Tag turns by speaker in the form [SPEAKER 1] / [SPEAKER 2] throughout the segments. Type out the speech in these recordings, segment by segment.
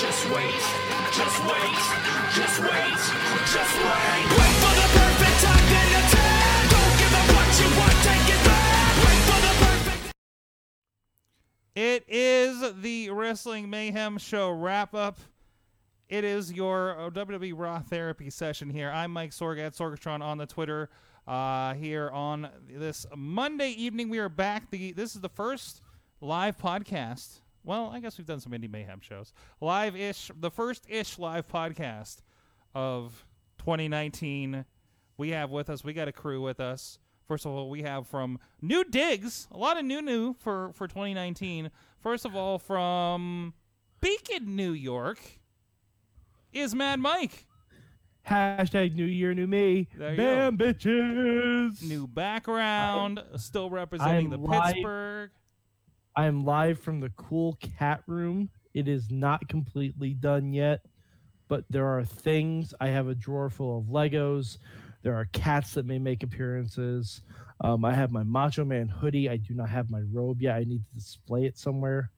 [SPEAKER 1] just wait, just wait, just wait, just wait. Wait for the perfect time then attack. Don't give up what you want, take it back. Wait for the perfect.
[SPEAKER 2] It is the Wrestling Mayhem Show wrap up. It is your uh, WWE Raw therapy session here. I'm Mike Sorg at Sorgatron on the Twitter. Uh, here on this Monday evening, we are back. The this is the first live podcast. Well, I guess we've done some indie mayhem shows live ish. The first ish live podcast of 2019. We have with us. We got a crew with us. First of all, we have from new digs. A lot of new new for for 2019. First of all, from Beacon, New York is Mad Mike.
[SPEAKER 3] Hashtag New Year, New Me.
[SPEAKER 2] There you
[SPEAKER 3] Bam, bitches.
[SPEAKER 2] New background, still representing
[SPEAKER 3] I'm
[SPEAKER 2] the
[SPEAKER 3] live.
[SPEAKER 2] Pittsburgh.
[SPEAKER 3] I am live from the cool cat room. It is not completely done yet, but there are things. I have a drawer full of Legos. There are cats that may make appearances. Um, I have my Macho Man hoodie. I do not have my robe yet. I need to display it somewhere.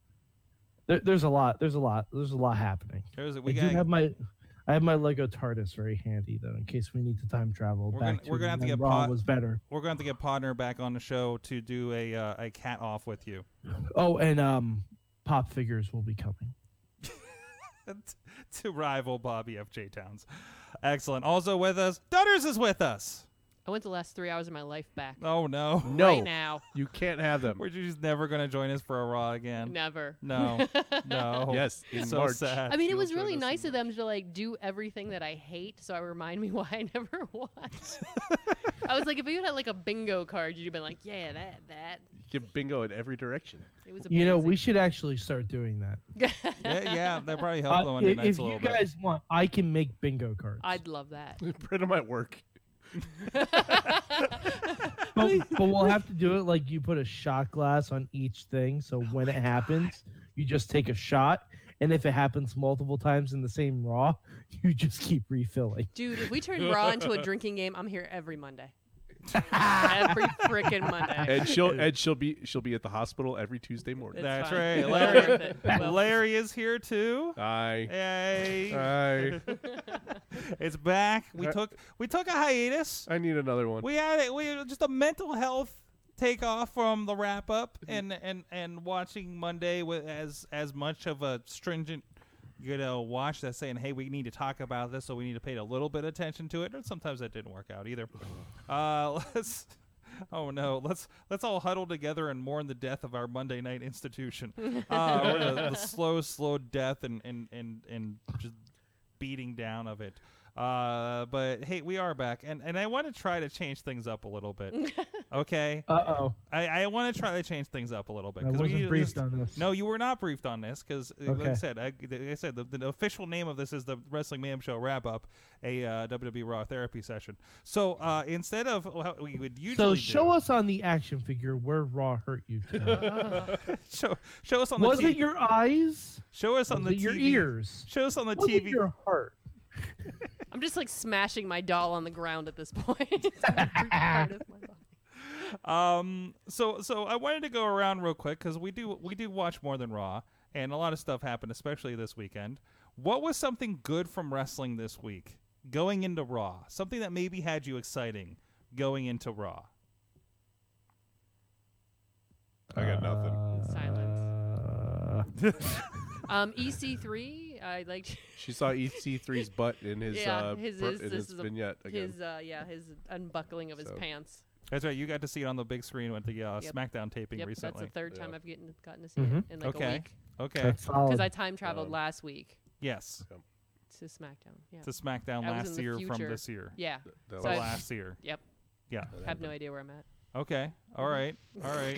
[SPEAKER 3] There, there's a lot. There's a lot. There's a lot happening.
[SPEAKER 2] There's it.
[SPEAKER 3] I
[SPEAKER 2] We
[SPEAKER 3] do
[SPEAKER 2] got.
[SPEAKER 3] have my. I have my Lego TARDIS very handy though, in case we need to time travel
[SPEAKER 2] We're
[SPEAKER 3] back
[SPEAKER 2] gonna-
[SPEAKER 3] to
[SPEAKER 2] we're gonna have to
[SPEAKER 3] when
[SPEAKER 2] get
[SPEAKER 3] Raw
[SPEAKER 2] pot-
[SPEAKER 3] was better.
[SPEAKER 2] we're going to have to get Podner back on the show to do a uh, a cat off with you.
[SPEAKER 3] Oh, and um, pop figures will be coming.
[SPEAKER 2] to rival Bobby FJ Towns. Excellent. Also with us, Dutters is with us.
[SPEAKER 4] I want the last three hours of my life back.
[SPEAKER 2] Oh no.
[SPEAKER 5] No,
[SPEAKER 4] Right now.
[SPEAKER 5] you can't have them.
[SPEAKER 2] We're just never going to join us for a Raw again.
[SPEAKER 4] Never.
[SPEAKER 2] Um, No. No.
[SPEAKER 5] Yes, in
[SPEAKER 2] Oh, so
[SPEAKER 5] March.
[SPEAKER 2] sad.
[SPEAKER 4] I mean, it
[SPEAKER 2] You'll
[SPEAKER 4] was
[SPEAKER 2] join
[SPEAKER 4] really
[SPEAKER 2] us in
[SPEAKER 4] nice of them to like do everything that I hate, so I remind me why I never watched. I was like, if you had like a bingo card, you'd have been like, yeah, that that.
[SPEAKER 5] You can bingo in every direction.
[SPEAKER 4] It was.
[SPEAKER 3] You know, we
[SPEAKER 4] amazing.
[SPEAKER 3] should actually start doing that.
[SPEAKER 2] Yeah, yeah, that probably helped the
[SPEAKER 3] Uh,
[SPEAKER 2] one
[SPEAKER 3] if
[SPEAKER 2] nights
[SPEAKER 3] if
[SPEAKER 2] a
[SPEAKER 3] you
[SPEAKER 2] little bit.
[SPEAKER 3] guys want, I can make bingo cards.
[SPEAKER 4] I'd love that.
[SPEAKER 5] Print them at work.
[SPEAKER 3] but, but we'll have to do it like you put a shot glass on each thing, so when it happens, you just take a shot, and if it happens multiple times in the same raw, you just keep refilling.
[SPEAKER 4] Dude, if we turn Raw into a drinking game, I'm here every Monday. every frickin' Monday.
[SPEAKER 5] And she'll and she'll be she'll be at the hospital every Tuesday morning.
[SPEAKER 2] That's
[SPEAKER 4] fine.
[SPEAKER 2] right.
[SPEAKER 4] Well
[SPEAKER 2] Larry-
[SPEAKER 4] worth it. Well-
[SPEAKER 2] Larry is here too.
[SPEAKER 5] Aye.
[SPEAKER 2] Yay.
[SPEAKER 4] Uh,
[SPEAKER 5] Aye.
[SPEAKER 2] It's back. We
[SPEAKER 5] Uh,
[SPEAKER 2] took we took a hiatus.
[SPEAKER 5] I need another one.
[SPEAKER 2] We had it. We had just a mental health takeoff from the wrap up and and and watching Monday with as as much of a stringent you know watch that's saying hey we need to talk about this so we need to pay a little bit of attention to it and sometimes that didn't work out either uh let's oh no let's let's all huddle together and mourn the death of our monday night institution uh or the, the slow slow death and and and and just beating down of it. Uh, but hey, we are back, and and I want to try to change things up a little bit. okay,
[SPEAKER 3] Uh oh,
[SPEAKER 2] I, I want to try to change things up a little bit
[SPEAKER 3] I
[SPEAKER 2] we
[SPEAKER 3] wasn't briefed
[SPEAKER 2] this-
[SPEAKER 3] on this.
[SPEAKER 2] No, you were not briefed on this because, like I
[SPEAKER 3] Okay.
[SPEAKER 2] said, I, like I said the, the official name of this is the Wrestling Mayhem Show wrap up, a uh, WWE Raw therapy session. So uh, instead of what we would usually
[SPEAKER 3] So
[SPEAKER 2] do-
[SPEAKER 3] show us on the action figure where Raw hurt you. tonight.
[SPEAKER 2] show, show us on
[SPEAKER 3] was
[SPEAKER 2] the t-
[SPEAKER 3] it your eyes?
[SPEAKER 2] show us on
[SPEAKER 3] Was
[SPEAKER 2] the
[SPEAKER 3] it your
[SPEAKER 2] TV
[SPEAKER 3] ears?
[SPEAKER 2] Show us on the
[SPEAKER 3] Was it
[SPEAKER 2] TV.
[SPEAKER 3] your heart?
[SPEAKER 4] I'm just like smashing my doll on the ground at this point. It's every part of my body.
[SPEAKER 2] Um, so so I wanted to go around real quick because we do we do watch more than Raw, and a lot of stuff happened, especially this weekend. What was something good from wrestling this week going into Raw? Something that maybe had you exciting going into Raw.
[SPEAKER 5] I got nothing.
[SPEAKER 2] Uh,
[SPEAKER 3] Silence.
[SPEAKER 4] Um, EC3, I liked
[SPEAKER 5] She saw
[SPEAKER 2] E
[SPEAKER 5] EC3's butt in his
[SPEAKER 4] Yeah,
[SPEAKER 5] uh,
[SPEAKER 4] his
[SPEAKER 5] per-
[SPEAKER 4] is-
[SPEAKER 5] in
[SPEAKER 4] this
[SPEAKER 5] his
[SPEAKER 4] is a-
[SPEAKER 5] vignette again.
[SPEAKER 4] his uh, yeah his unbuckling of his
[SPEAKER 5] So-
[SPEAKER 4] pants.
[SPEAKER 2] That's right. You got to see it on the big screen with the uh,
[SPEAKER 4] Yep.
[SPEAKER 2] SmackDown taping
[SPEAKER 4] Yep, that's
[SPEAKER 2] recently.
[SPEAKER 4] the third time
[SPEAKER 5] Yeah.
[SPEAKER 4] I've getting, gotten to see it
[SPEAKER 3] Mhm.
[SPEAKER 4] in like
[SPEAKER 2] Okay.
[SPEAKER 4] a week
[SPEAKER 2] okay.
[SPEAKER 3] That's
[SPEAKER 4] because
[SPEAKER 3] solid.
[SPEAKER 4] I time traveled
[SPEAKER 5] Um,
[SPEAKER 4] last week
[SPEAKER 2] Yes,
[SPEAKER 4] to SmackDown. Yeah,
[SPEAKER 2] to SmackDown
[SPEAKER 4] I was in
[SPEAKER 2] last
[SPEAKER 4] the
[SPEAKER 2] year from
[SPEAKER 4] future.
[SPEAKER 2] this year.
[SPEAKER 4] yeah.
[SPEAKER 5] That
[SPEAKER 4] uh, so
[SPEAKER 2] Or
[SPEAKER 4] I've-
[SPEAKER 5] was-
[SPEAKER 2] last year.
[SPEAKER 4] Yep.
[SPEAKER 2] Yeah.
[SPEAKER 4] Have no idea where I'm at.
[SPEAKER 2] Okay. All right. All right.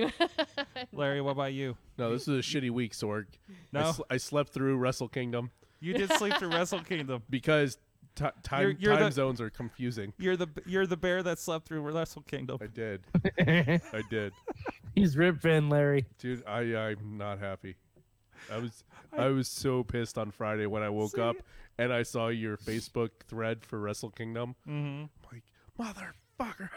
[SPEAKER 2] Larry, what about you?
[SPEAKER 5] no, this is a shitty week, Sorg. I,
[SPEAKER 2] No?
[SPEAKER 5] sl- I slept through Wrestle Kingdom
[SPEAKER 2] You did sleep through Wrestle Kingdom.
[SPEAKER 5] because ti time
[SPEAKER 2] You're- you're
[SPEAKER 5] time
[SPEAKER 2] the-
[SPEAKER 5] zones are confusing.
[SPEAKER 2] You're the you're the bear that slept through Wrestle Kingdom.
[SPEAKER 5] I did. I did.
[SPEAKER 3] He's Rip Van Larry.
[SPEAKER 5] Dude, I I'm not happy. I was I was so pissed on Friday when I woke up and I saw your Facebook thread for Wrestle Kingdom.
[SPEAKER 2] Mm-hmm.
[SPEAKER 5] like, motherfucker.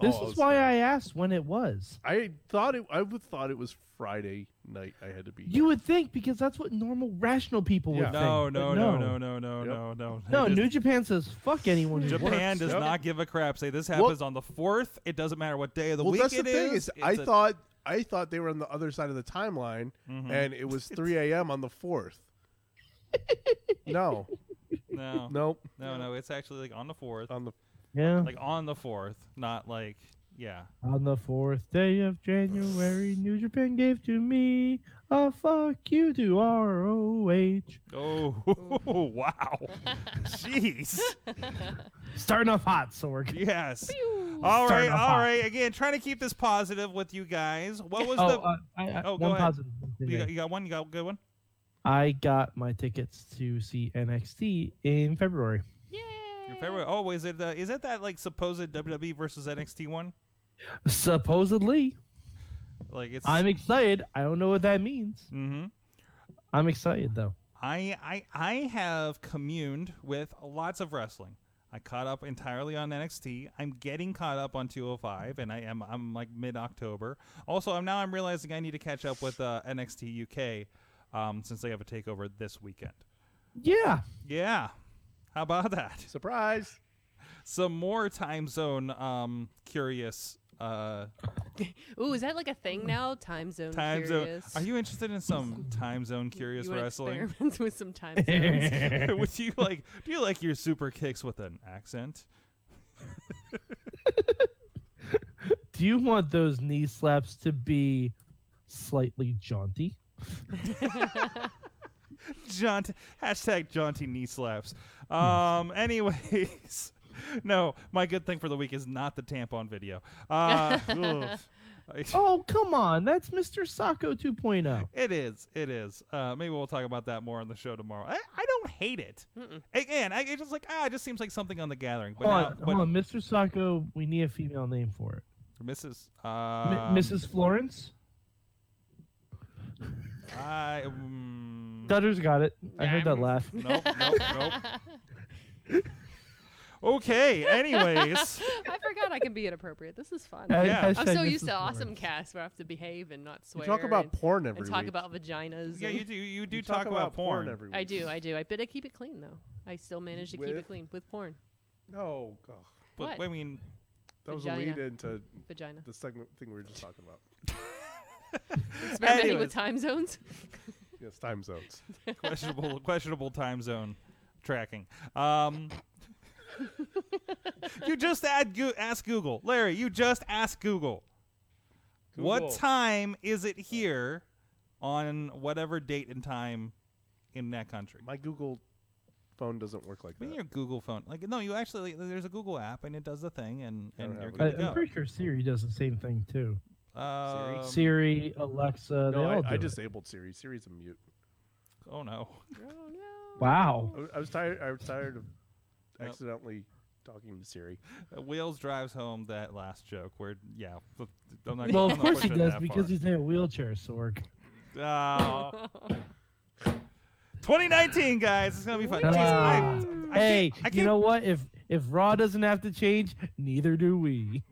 [SPEAKER 3] This
[SPEAKER 5] Oh, I
[SPEAKER 3] is
[SPEAKER 5] was
[SPEAKER 3] why
[SPEAKER 5] mad.
[SPEAKER 3] I asked when it was.
[SPEAKER 5] I thought it. I would thought it was Friday night. I had to be.
[SPEAKER 3] You would think because that's what normal, rational people would
[SPEAKER 5] Yeah.
[SPEAKER 3] think.
[SPEAKER 2] No,
[SPEAKER 3] but
[SPEAKER 2] no, no, no, no, no,
[SPEAKER 5] Yep.
[SPEAKER 2] no, no.
[SPEAKER 3] No,
[SPEAKER 2] Just-
[SPEAKER 3] New Japan says fuck anyone. who
[SPEAKER 2] Japan
[SPEAKER 3] works.
[SPEAKER 2] does
[SPEAKER 5] Yep.
[SPEAKER 2] not give a crap. Say this
[SPEAKER 5] Well-
[SPEAKER 2] happens on the fourth. It doesn't matter what day of the
[SPEAKER 5] well,
[SPEAKER 2] week
[SPEAKER 5] that's the
[SPEAKER 2] it
[SPEAKER 5] thing
[SPEAKER 2] is.
[SPEAKER 5] is,
[SPEAKER 2] It's
[SPEAKER 5] I
[SPEAKER 2] a-
[SPEAKER 5] thought I thought they were on the other side of the timeline,
[SPEAKER 2] Mhm.
[SPEAKER 5] and it was 3 a.m. on the fourth. no,
[SPEAKER 2] no,
[SPEAKER 5] nope.
[SPEAKER 2] no, no. It's actually like on the fourth,
[SPEAKER 5] On the
[SPEAKER 3] Yeah.
[SPEAKER 2] like on the fourth, not like yeah.
[SPEAKER 3] On the fourth day of January, New Japan gave to me a fuck you to ROH.
[SPEAKER 2] Oh, wow. Jeez.
[SPEAKER 3] Starting off hot, Sorg.
[SPEAKER 2] Yes. All right,
[SPEAKER 3] Starting off
[SPEAKER 2] all
[SPEAKER 3] hot.
[SPEAKER 2] right. Again, trying to keep this positive with you guys. What was
[SPEAKER 3] Oh,
[SPEAKER 2] the?
[SPEAKER 3] uh, I, I,
[SPEAKER 2] Oh, go
[SPEAKER 3] one
[SPEAKER 2] ahead.
[SPEAKER 3] positive. thing
[SPEAKER 2] you,
[SPEAKER 3] today.
[SPEAKER 2] got, you got one. You got a good one.
[SPEAKER 3] I got my tickets to see NXT in February.
[SPEAKER 4] Yay!
[SPEAKER 2] Your favorite? Oh, is it? Uh, is it that like supposed WWE versus NXT one?
[SPEAKER 3] Supposedly.
[SPEAKER 2] Like it's.
[SPEAKER 3] I'm excited. I don't know what that means.
[SPEAKER 2] hmm
[SPEAKER 3] I'm excited, though.
[SPEAKER 2] I, I I have communed with lots of wrestling. I caught up entirely on NXT. I'm getting caught up on 205, and I am I'm like mid October. Also, I'm now I'm realizing I need to catch up with uh, NXT UK um, since they have a takeover this weekend.
[SPEAKER 3] Yeah.
[SPEAKER 2] Yeah, how about that?
[SPEAKER 5] surprise.
[SPEAKER 2] Some more time zone um, curious uh,
[SPEAKER 4] Ooh, is that like a thing now? Time zone.
[SPEAKER 2] time zone.
[SPEAKER 4] curious.
[SPEAKER 2] Are you interested in some time zone curious
[SPEAKER 4] You wanna
[SPEAKER 2] wrestling?
[SPEAKER 4] experiment with some time zones.
[SPEAKER 2] Would you like? Do you like your super kicks with an accent?
[SPEAKER 3] Do you want those knee slaps to be slightly jaunty?
[SPEAKER 2] Jaunt hashtag jaunty knee slaps. Um. Anyways, no, my good thing for the week is not the tampon video. Uh, oof.
[SPEAKER 3] Oh, come on. That's Mr. Sacco oh. 2.0.
[SPEAKER 2] It is. It is. Uh, maybe we'll talk about that more on the show tomorrow. I, I don't hate it. Again, I it's just like ah, it just seems like something on the gathering. But,
[SPEAKER 3] Hold
[SPEAKER 2] now,
[SPEAKER 3] on,
[SPEAKER 2] but
[SPEAKER 3] hold on. Mr. Sacco, we need a female name for it.
[SPEAKER 2] Mrs.
[SPEAKER 3] M-
[SPEAKER 2] Um,
[SPEAKER 3] Mrs. Florence?
[SPEAKER 2] um, I, mm,
[SPEAKER 3] Dutter's got it. I
[SPEAKER 4] Yeah,
[SPEAKER 3] heard that
[SPEAKER 4] I'm-
[SPEAKER 3] laugh.
[SPEAKER 2] nope. Nope. Nope. okay. Anyways.
[SPEAKER 4] I forgot I can be inappropriate. This is fun.
[SPEAKER 3] Uh,
[SPEAKER 2] Yeah. I'm
[SPEAKER 4] I'm
[SPEAKER 3] hashtag
[SPEAKER 4] so used
[SPEAKER 3] Mrs.
[SPEAKER 4] to awesome
[SPEAKER 3] Florence.
[SPEAKER 4] casts where I have to behave and not
[SPEAKER 5] You
[SPEAKER 4] swear.
[SPEAKER 5] talk about
[SPEAKER 4] and,
[SPEAKER 5] porn every
[SPEAKER 4] and talk
[SPEAKER 5] week.
[SPEAKER 4] about vaginas.
[SPEAKER 2] Yeah,
[SPEAKER 4] and-
[SPEAKER 2] you do. You do talk, about, porn.
[SPEAKER 5] every week.
[SPEAKER 4] I do, I do. I but I keep it clean though. I still manage to keep
[SPEAKER 5] With-
[SPEAKER 4] it clean with porn.
[SPEAKER 5] No, God.
[SPEAKER 2] But
[SPEAKER 4] What?
[SPEAKER 2] I mean,
[SPEAKER 5] that was a
[SPEAKER 4] Vagina.
[SPEAKER 5] lead into
[SPEAKER 4] Vagina.
[SPEAKER 5] the segment thing we were just talking about.
[SPEAKER 4] Experimenting
[SPEAKER 2] Anyways.
[SPEAKER 4] with time zones.
[SPEAKER 5] Yes, time zones.
[SPEAKER 2] questionable, questionable time zone tracking. Um, you just add, you ask Google, Larry. You just ask Google, what
[SPEAKER 5] Google.
[SPEAKER 2] time is it here on whatever date and time in that country.
[SPEAKER 5] My Google phone doesn't work like
[SPEAKER 2] I mean,
[SPEAKER 5] that.
[SPEAKER 2] your Google phone, like no, you actually like, there's a Google app and it does the thing, and
[SPEAKER 5] I
[SPEAKER 2] and you're
[SPEAKER 5] don't have
[SPEAKER 2] good
[SPEAKER 3] I-
[SPEAKER 2] to
[SPEAKER 3] I'm
[SPEAKER 2] go.
[SPEAKER 3] pretty sure Siri does the same thing, too.
[SPEAKER 2] Um,
[SPEAKER 3] Siri, Alexa, they
[SPEAKER 5] No,
[SPEAKER 3] all do
[SPEAKER 5] I, I
[SPEAKER 3] it.
[SPEAKER 5] disabled Siri. Siri's a mute.
[SPEAKER 2] oh no.
[SPEAKER 3] Wow.
[SPEAKER 5] I was, I was tired. I was tired of
[SPEAKER 2] Nope.
[SPEAKER 5] accidentally talking to Siri.
[SPEAKER 2] Uh, Wheels drives home that last joke where, yeah, f- I'm not.
[SPEAKER 3] Well,
[SPEAKER 2] I'm
[SPEAKER 3] of
[SPEAKER 2] not
[SPEAKER 3] course he
[SPEAKER 2] pushing it
[SPEAKER 3] does
[SPEAKER 2] that
[SPEAKER 3] because
[SPEAKER 2] far.
[SPEAKER 3] he's in a wheelchair, Sorg.
[SPEAKER 2] Oh. 2019, guys, it's gonna be fun. Jeez,
[SPEAKER 3] Ah.
[SPEAKER 2] I- I
[SPEAKER 3] hey,
[SPEAKER 2] can't- I
[SPEAKER 3] you
[SPEAKER 2] can't-
[SPEAKER 3] know what? If if Raw doesn't have to change, neither do we.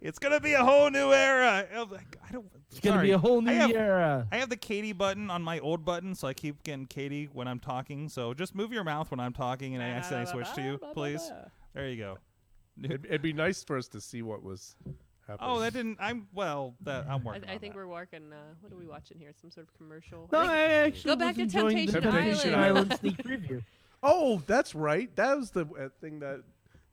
[SPEAKER 2] it's gonna be a whole new era. I'm like, I don't.
[SPEAKER 3] It's going to be a whole new
[SPEAKER 2] I have,
[SPEAKER 3] era.
[SPEAKER 2] I have the Katie button on my old button, so I keep getting Katie when I'm talking. So just move your mouth when I'm talking, and I accidentally switch to you, please. There you go.
[SPEAKER 5] It'd, it'd be nice for us to see what was happening.
[SPEAKER 2] Oh, that didn't. I'm well. That I'm
[SPEAKER 4] I,
[SPEAKER 2] working.
[SPEAKER 4] I
[SPEAKER 2] on
[SPEAKER 4] think
[SPEAKER 2] that.
[SPEAKER 4] we're walking. Uh, what are we watching here? Some sort of commercial.
[SPEAKER 3] No,
[SPEAKER 4] I think-
[SPEAKER 3] I actually
[SPEAKER 4] Go
[SPEAKER 3] was
[SPEAKER 4] back to
[SPEAKER 3] enjoying the
[SPEAKER 4] Temptation
[SPEAKER 3] Temptation
[SPEAKER 5] Island.
[SPEAKER 3] Island sneak preview.
[SPEAKER 5] Oh, that's right. That was the uh, thing that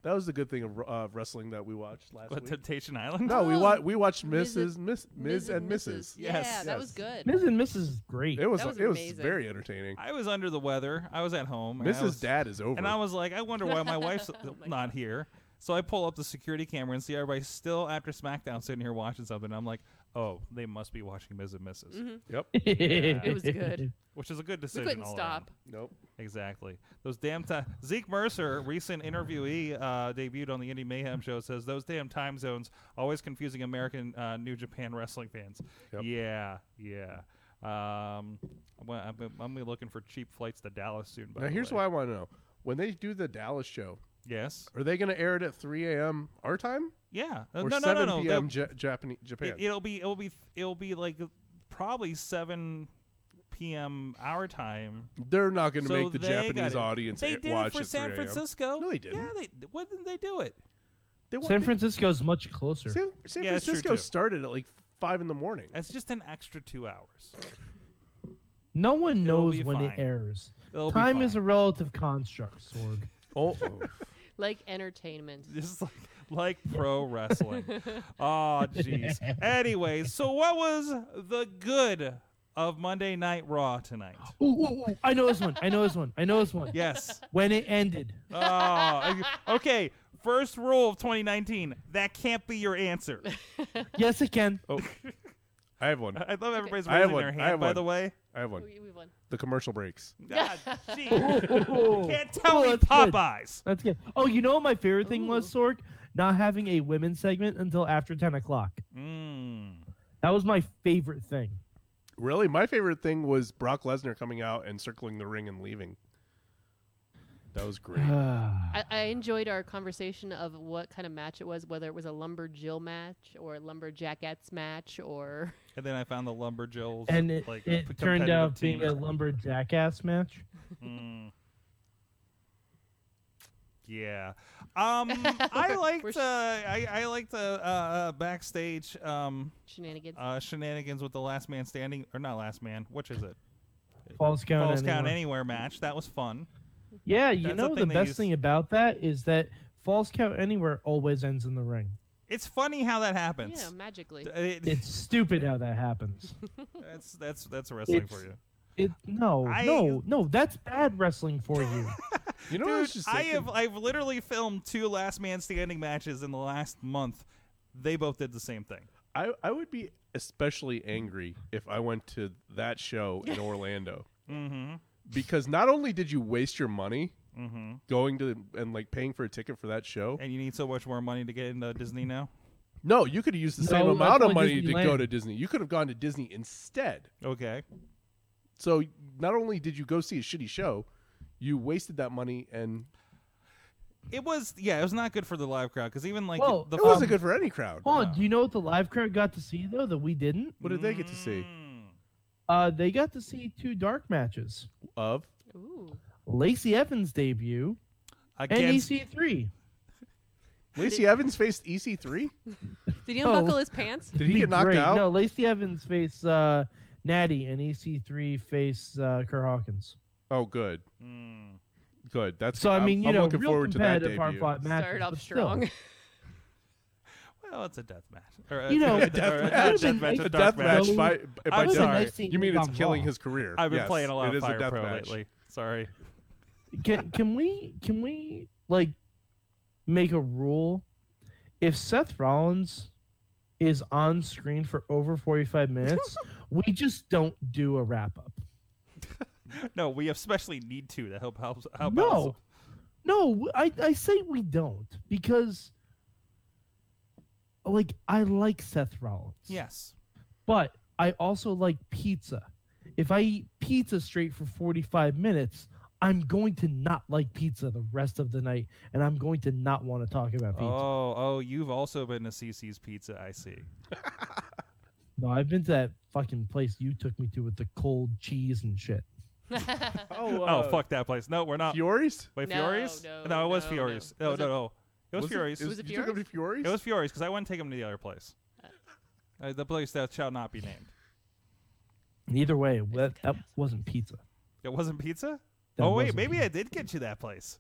[SPEAKER 5] that was the good thing of uh, wrestling that we watched last
[SPEAKER 2] What,
[SPEAKER 5] week.
[SPEAKER 2] Temptation Island.
[SPEAKER 5] no, we
[SPEAKER 4] Oh.
[SPEAKER 5] watched we watched
[SPEAKER 4] Ms.
[SPEAKER 5] Mrs. Miss Ms. and Mrs.
[SPEAKER 4] Yeah,
[SPEAKER 2] Yes,
[SPEAKER 4] that was
[SPEAKER 5] yes.
[SPEAKER 4] good.
[SPEAKER 3] Ms. and Mrs. is great.
[SPEAKER 5] It was,
[SPEAKER 4] That was
[SPEAKER 5] it was
[SPEAKER 4] amazing.
[SPEAKER 5] very entertaining.
[SPEAKER 2] I was under the weather. I was at home. and I
[SPEAKER 5] Mrs.
[SPEAKER 2] was-
[SPEAKER 5] Dad is over.
[SPEAKER 2] And I was like, I wonder why my wife's
[SPEAKER 4] Oh
[SPEAKER 2] not here. So I pull up the security camera and see everybody still after SmackDown sitting here watching something. I'm like, oh, they must be watching Ms. and missus
[SPEAKER 5] yep.
[SPEAKER 3] it
[SPEAKER 4] was good.
[SPEAKER 2] which is a good
[SPEAKER 4] Mm-hmm. We
[SPEAKER 2] decision.
[SPEAKER 4] couldn't
[SPEAKER 2] all
[SPEAKER 4] stop.
[SPEAKER 2] around.
[SPEAKER 5] Nope.
[SPEAKER 2] Exactly. Those damn time. Zeke Mercer, recent interviewee, uh, debuted on the Indie Mayhem show, says those damn time zones always confusing American uh, New Japan wrestling fans.
[SPEAKER 5] Yep.
[SPEAKER 2] Yeah, yeah. Um, I'm, gonna- I'm, gonna- I'm gonna be looking for cheap flights to Dallas soon. By
[SPEAKER 5] Now
[SPEAKER 2] the
[SPEAKER 5] here's
[SPEAKER 2] way.
[SPEAKER 5] what I want to know: when they do the Dallas show,
[SPEAKER 2] Yes.
[SPEAKER 5] are they going to air it at 3 a.m. our time
[SPEAKER 2] Yeah. Uh,
[SPEAKER 5] or
[SPEAKER 2] no, no,
[SPEAKER 5] 7
[SPEAKER 2] no, no.
[SPEAKER 5] p.m.
[SPEAKER 2] They'll-
[SPEAKER 5] Ja- Japan? Japan?
[SPEAKER 2] It, will be it'll be it'll be like probably seven p.m. our time.
[SPEAKER 5] They're not going to
[SPEAKER 2] so
[SPEAKER 5] make the
[SPEAKER 2] they
[SPEAKER 5] Japanese
[SPEAKER 2] gotta-
[SPEAKER 5] audience
[SPEAKER 2] They
[SPEAKER 5] a-
[SPEAKER 2] did
[SPEAKER 5] watch
[SPEAKER 2] it for
[SPEAKER 5] at
[SPEAKER 2] San
[SPEAKER 5] 3 a.m..
[SPEAKER 2] Francisco.
[SPEAKER 5] No, they
[SPEAKER 2] Yeah,
[SPEAKER 5] didn't.
[SPEAKER 2] they why didn't they do it?
[SPEAKER 5] They want-
[SPEAKER 3] San Francisco's much closer.
[SPEAKER 5] San, San
[SPEAKER 2] Yeah, that's true,
[SPEAKER 5] Francisco
[SPEAKER 2] too.
[SPEAKER 5] started at like five in the morning.
[SPEAKER 2] It's just an extra two hours.
[SPEAKER 3] No
[SPEAKER 2] It'll
[SPEAKER 3] one knows
[SPEAKER 2] be
[SPEAKER 3] when
[SPEAKER 2] fine.
[SPEAKER 3] it airs.
[SPEAKER 2] It'll be
[SPEAKER 3] Time is
[SPEAKER 2] fine.
[SPEAKER 3] a relative construct, Sorg.
[SPEAKER 5] Oh,
[SPEAKER 4] Like entertainment.
[SPEAKER 2] This is like like pro wrestling. oh, jeez. Anyways, so what was the good of Monday Night Raw tonight?
[SPEAKER 3] Ooh, ooh, ooh, I know this one. I know this one. I know this one.
[SPEAKER 2] Yes.
[SPEAKER 3] When it ended,
[SPEAKER 2] Oh, okay. First rule of 2019: that can't be your answer.
[SPEAKER 3] yes, it can.
[SPEAKER 2] Oh.
[SPEAKER 5] I have one.
[SPEAKER 2] I love everybody's
[SPEAKER 5] I have
[SPEAKER 2] raising
[SPEAKER 5] one.
[SPEAKER 2] their
[SPEAKER 5] I have
[SPEAKER 2] hand. By
[SPEAKER 5] one.
[SPEAKER 2] the way,
[SPEAKER 5] I have one.
[SPEAKER 4] We, we Oh, won.
[SPEAKER 5] The commercial breaks.
[SPEAKER 2] God, jeez. can't tell
[SPEAKER 3] Oh,
[SPEAKER 2] me
[SPEAKER 3] that's good.
[SPEAKER 2] Popeyes.
[SPEAKER 3] That's good. Oh, you know what my favorite thing was, Sorg? Not having a women's segment until after 10 o'clock.
[SPEAKER 2] Mm.
[SPEAKER 3] That was my favorite thing.
[SPEAKER 5] Really, my favorite thing was Brock Lesnar coming out and circling the ring and leaving. That was great.
[SPEAKER 2] Uh,
[SPEAKER 4] I, I enjoyed our conversation of what kind of match it was, whether it was a lumberjill match or a lumberjackettes match or
[SPEAKER 2] And then I found the Lumberjills.
[SPEAKER 3] and it,
[SPEAKER 2] like,
[SPEAKER 3] it
[SPEAKER 2] p-
[SPEAKER 3] turned out
[SPEAKER 2] competitive
[SPEAKER 3] being a
[SPEAKER 2] team.
[SPEAKER 3] lumberjackass match.
[SPEAKER 2] Mm. Yeah. Um, I
[SPEAKER 4] We're
[SPEAKER 2] liked
[SPEAKER 4] sh-
[SPEAKER 2] uh, I, I liked uh, uh, backstage um,
[SPEAKER 4] shenanigans.
[SPEAKER 2] uh, shenanigans with the last man standing or not last man. Which is it?
[SPEAKER 3] Falls count.
[SPEAKER 2] Falls count
[SPEAKER 3] Anywhere.
[SPEAKER 2] anywhere match. That was fun.
[SPEAKER 3] Yeah, you
[SPEAKER 2] That's the
[SPEAKER 3] know the
[SPEAKER 2] thing they
[SPEAKER 3] best
[SPEAKER 2] use.
[SPEAKER 3] thing about that is that falls count anywhere always ends in the ring.
[SPEAKER 2] It's funny how that
[SPEAKER 4] you know,
[SPEAKER 2] happens.
[SPEAKER 4] magically.
[SPEAKER 2] D- it-
[SPEAKER 3] It's stupid how that happens.
[SPEAKER 2] that's that's that's wrestling
[SPEAKER 3] It's-
[SPEAKER 2] for you.
[SPEAKER 3] It no,
[SPEAKER 2] I-
[SPEAKER 3] no, no. That's bad wrestling for you.
[SPEAKER 5] You know, what I was just
[SPEAKER 2] I
[SPEAKER 5] thinking?
[SPEAKER 2] have I've literally filmed two last man standing matches in the last month. They both did the same thing.
[SPEAKER 5] I, I would be especially angry if I went to that show in Orlando.
[SPEAKER 2] Mm-hmm,
[SPEAKER 5] Because not only did you waste your money going to and like paying for a ticket for that show,
[SPEAKER 2] And you need so much more money to get into Disney now.
[SPEAKER 5] no, you could have used the
[SPEAKER 3] No,
[SPEAKER 5] same
[SPEAKER 3] that's
[SPEAKER 5] amount of
[SPEAKER 3] why
[SPEAKER 5] money to go
[SPEAKER 3] Disneyland.
[SPEAKER 5] to Disney. You could have gone to Disney instead.
[SPEAKER 2] Okay.
[SPEAKER 5] So not only did you go see a shitty show, you wasted that money and
[SPEAKER 2] It was yeah, it was not good for the live crowd because even like
[SPEAKER 3] Well,
[SPEAKER 2] the
[SPEAKER 5] it wasn't good for any crowd.
[SPEAKER 3] Um, Hold on. Do you know what the live crowd got to see though that we didn't?
[SPEAKER 5] What did they get to see?
[SPEAKER 3] Mm. Uh, they got to see two dark matches.
[SPEAKER 5] Of
[SPEAKER 4] Ooh.
[SPEAKER 3] Lacey Evans debut and E
[SPEAKER 2] against
[SPEAKER 3] EC3.
[SPEAKER 5] Lacey Evans faced E EC3.
[SPEAKER 4] Did he
[SPEAKER 3] Oh.
[SPEAKER 4] unbuckle his pants?
[SPEAKER 5] Did he get knocked out?
[SPEAKER 3] No, Lacey Evans face uh, Natty and EC3 face uh, Kerr Hawkins.
[SPEAKER 5] Oh, good, good. That's
[SPEAKER 3] Mm. So I
[SPEAKER 5] I'm-
[SPEAKER 3] mean, you
[SPEAKER 5] I'm
[SPEAKER 3] know,
[SPEAKER 5] looking
[SPEAKER 3] real
[SPEAKER 5] forward to that
[SPEAKER 3] competitive hard
[SPEAKER 5] debut.
[SPEAKER 3] fought matches.
[SPEAKER 4] Started off
[SPEAKER 3] but still.
[SPEAKER 4] strong.
[SPEAKER 2] well, it's a death match. Or, uh,
[SPEAKER 3] You know,
[SPEAKER 2] or a
[SPEAKER 3] it would've
[SPEAKER 2] death
[SPEAKER 3] been
[SPEAKER 2] match,
[SPEAKER 3] nice-
[SPEAKER 2] a
[SPEAKER 5] A
[SPEAKER 3] The
[SPEAKER 2] dark
[SPEAKER 5] death match
[SPEAKER 3] match.
[SPEAKER 5] by, by
[SPEAKER 2] I'm
[SPEAKER 5] death.
[SPEAKER 2] sorry.
[SPEAKER 3] Nice seeing
[SPEAKER 5] You mean
[SPEAKER 3] you
[SPEAKER 5] it's
[SPEAKER 3] on
[SPEAKER 5] killing
[SPEAKER 3] Raw.
[SPEAKER 5] his career?
[SPEAKER 2] I've been
[SPEAKER 5] Yes,
[SPEAKER 2] playing a lot
[SPEAKER 5] it
[SPEAKER 2] of
[SPEAKER 5] is a
[SPEAKER 2] Fire
[SPEAKER 5] death
[SPEAKER 2] Pro
[SPEAKER 5] match.
[SPEAKER 2] lately. Sorry.
[SPEAKER 3] Can can we can we like make a rule if Seth Rollins is on screen for over 45 minutes, we just don't do a wrap up.
[SPEAKER 2] No, we especially need to to help help help.
[SPEAKER 3] No.
[SPEAKER 2] out.
[SPEAKER 3] No, I, I say we don't because like I like Seth Rollins.
[SPEAKER 2] Yes.
[SPEAKER 3] But I also like pizza. If I eat pizza straight for 45 minutes, I'm going to not like pizza the rest of the night and I'm going to not want to talk about pizza.
[SPEAKER 2] Oh, oh, you've also been to CC's Pizza. I see.
[SPEAKER 3] No, I've been to that fucking place you took me to with the cold cheese and shit.
[SPEAKER 5] Oh,
[SPEAKER 2] oh, fuck that place. No, we're not.
[SPEAKER 5] Fioris?
[SPEAKER 2] Wait,
[SPEAKER 4] No,
[SPEAKER 2] Fiore's?
[SPEAKER 4] no,
[SPEAKER 2] it was
[SPEAKER 4] no, no.
[SPEAKER 2] Fiore's. No, no,
[SPEAKER 4] Was
[SPEAKER 2] no.
[SPEAKER 4] it-
[SPEAKER 2] It was, Fiore's.
[SPEAKER 5] It,
[SPEAKER 2] It was,
[SPEAKER 4] it
[SPEAKER 5] you took him to Fioris?
[SPEAKER 2] Fiore's because I wouldn't take him to the other place. Uh, the place that shall not be named.
[SPEAKER 3] And either way, that, that wasn't pizza.
[SPEAKER 2] It wasn't pizza.
[SPEAKER 3] That
[SPEAKER 2] oh wait,
[SPEAKER 3] wasn't
[SPEAKER 2] maybe
[SPEAKER 3] pizza.
[SPEAKER 2] I did get you that place.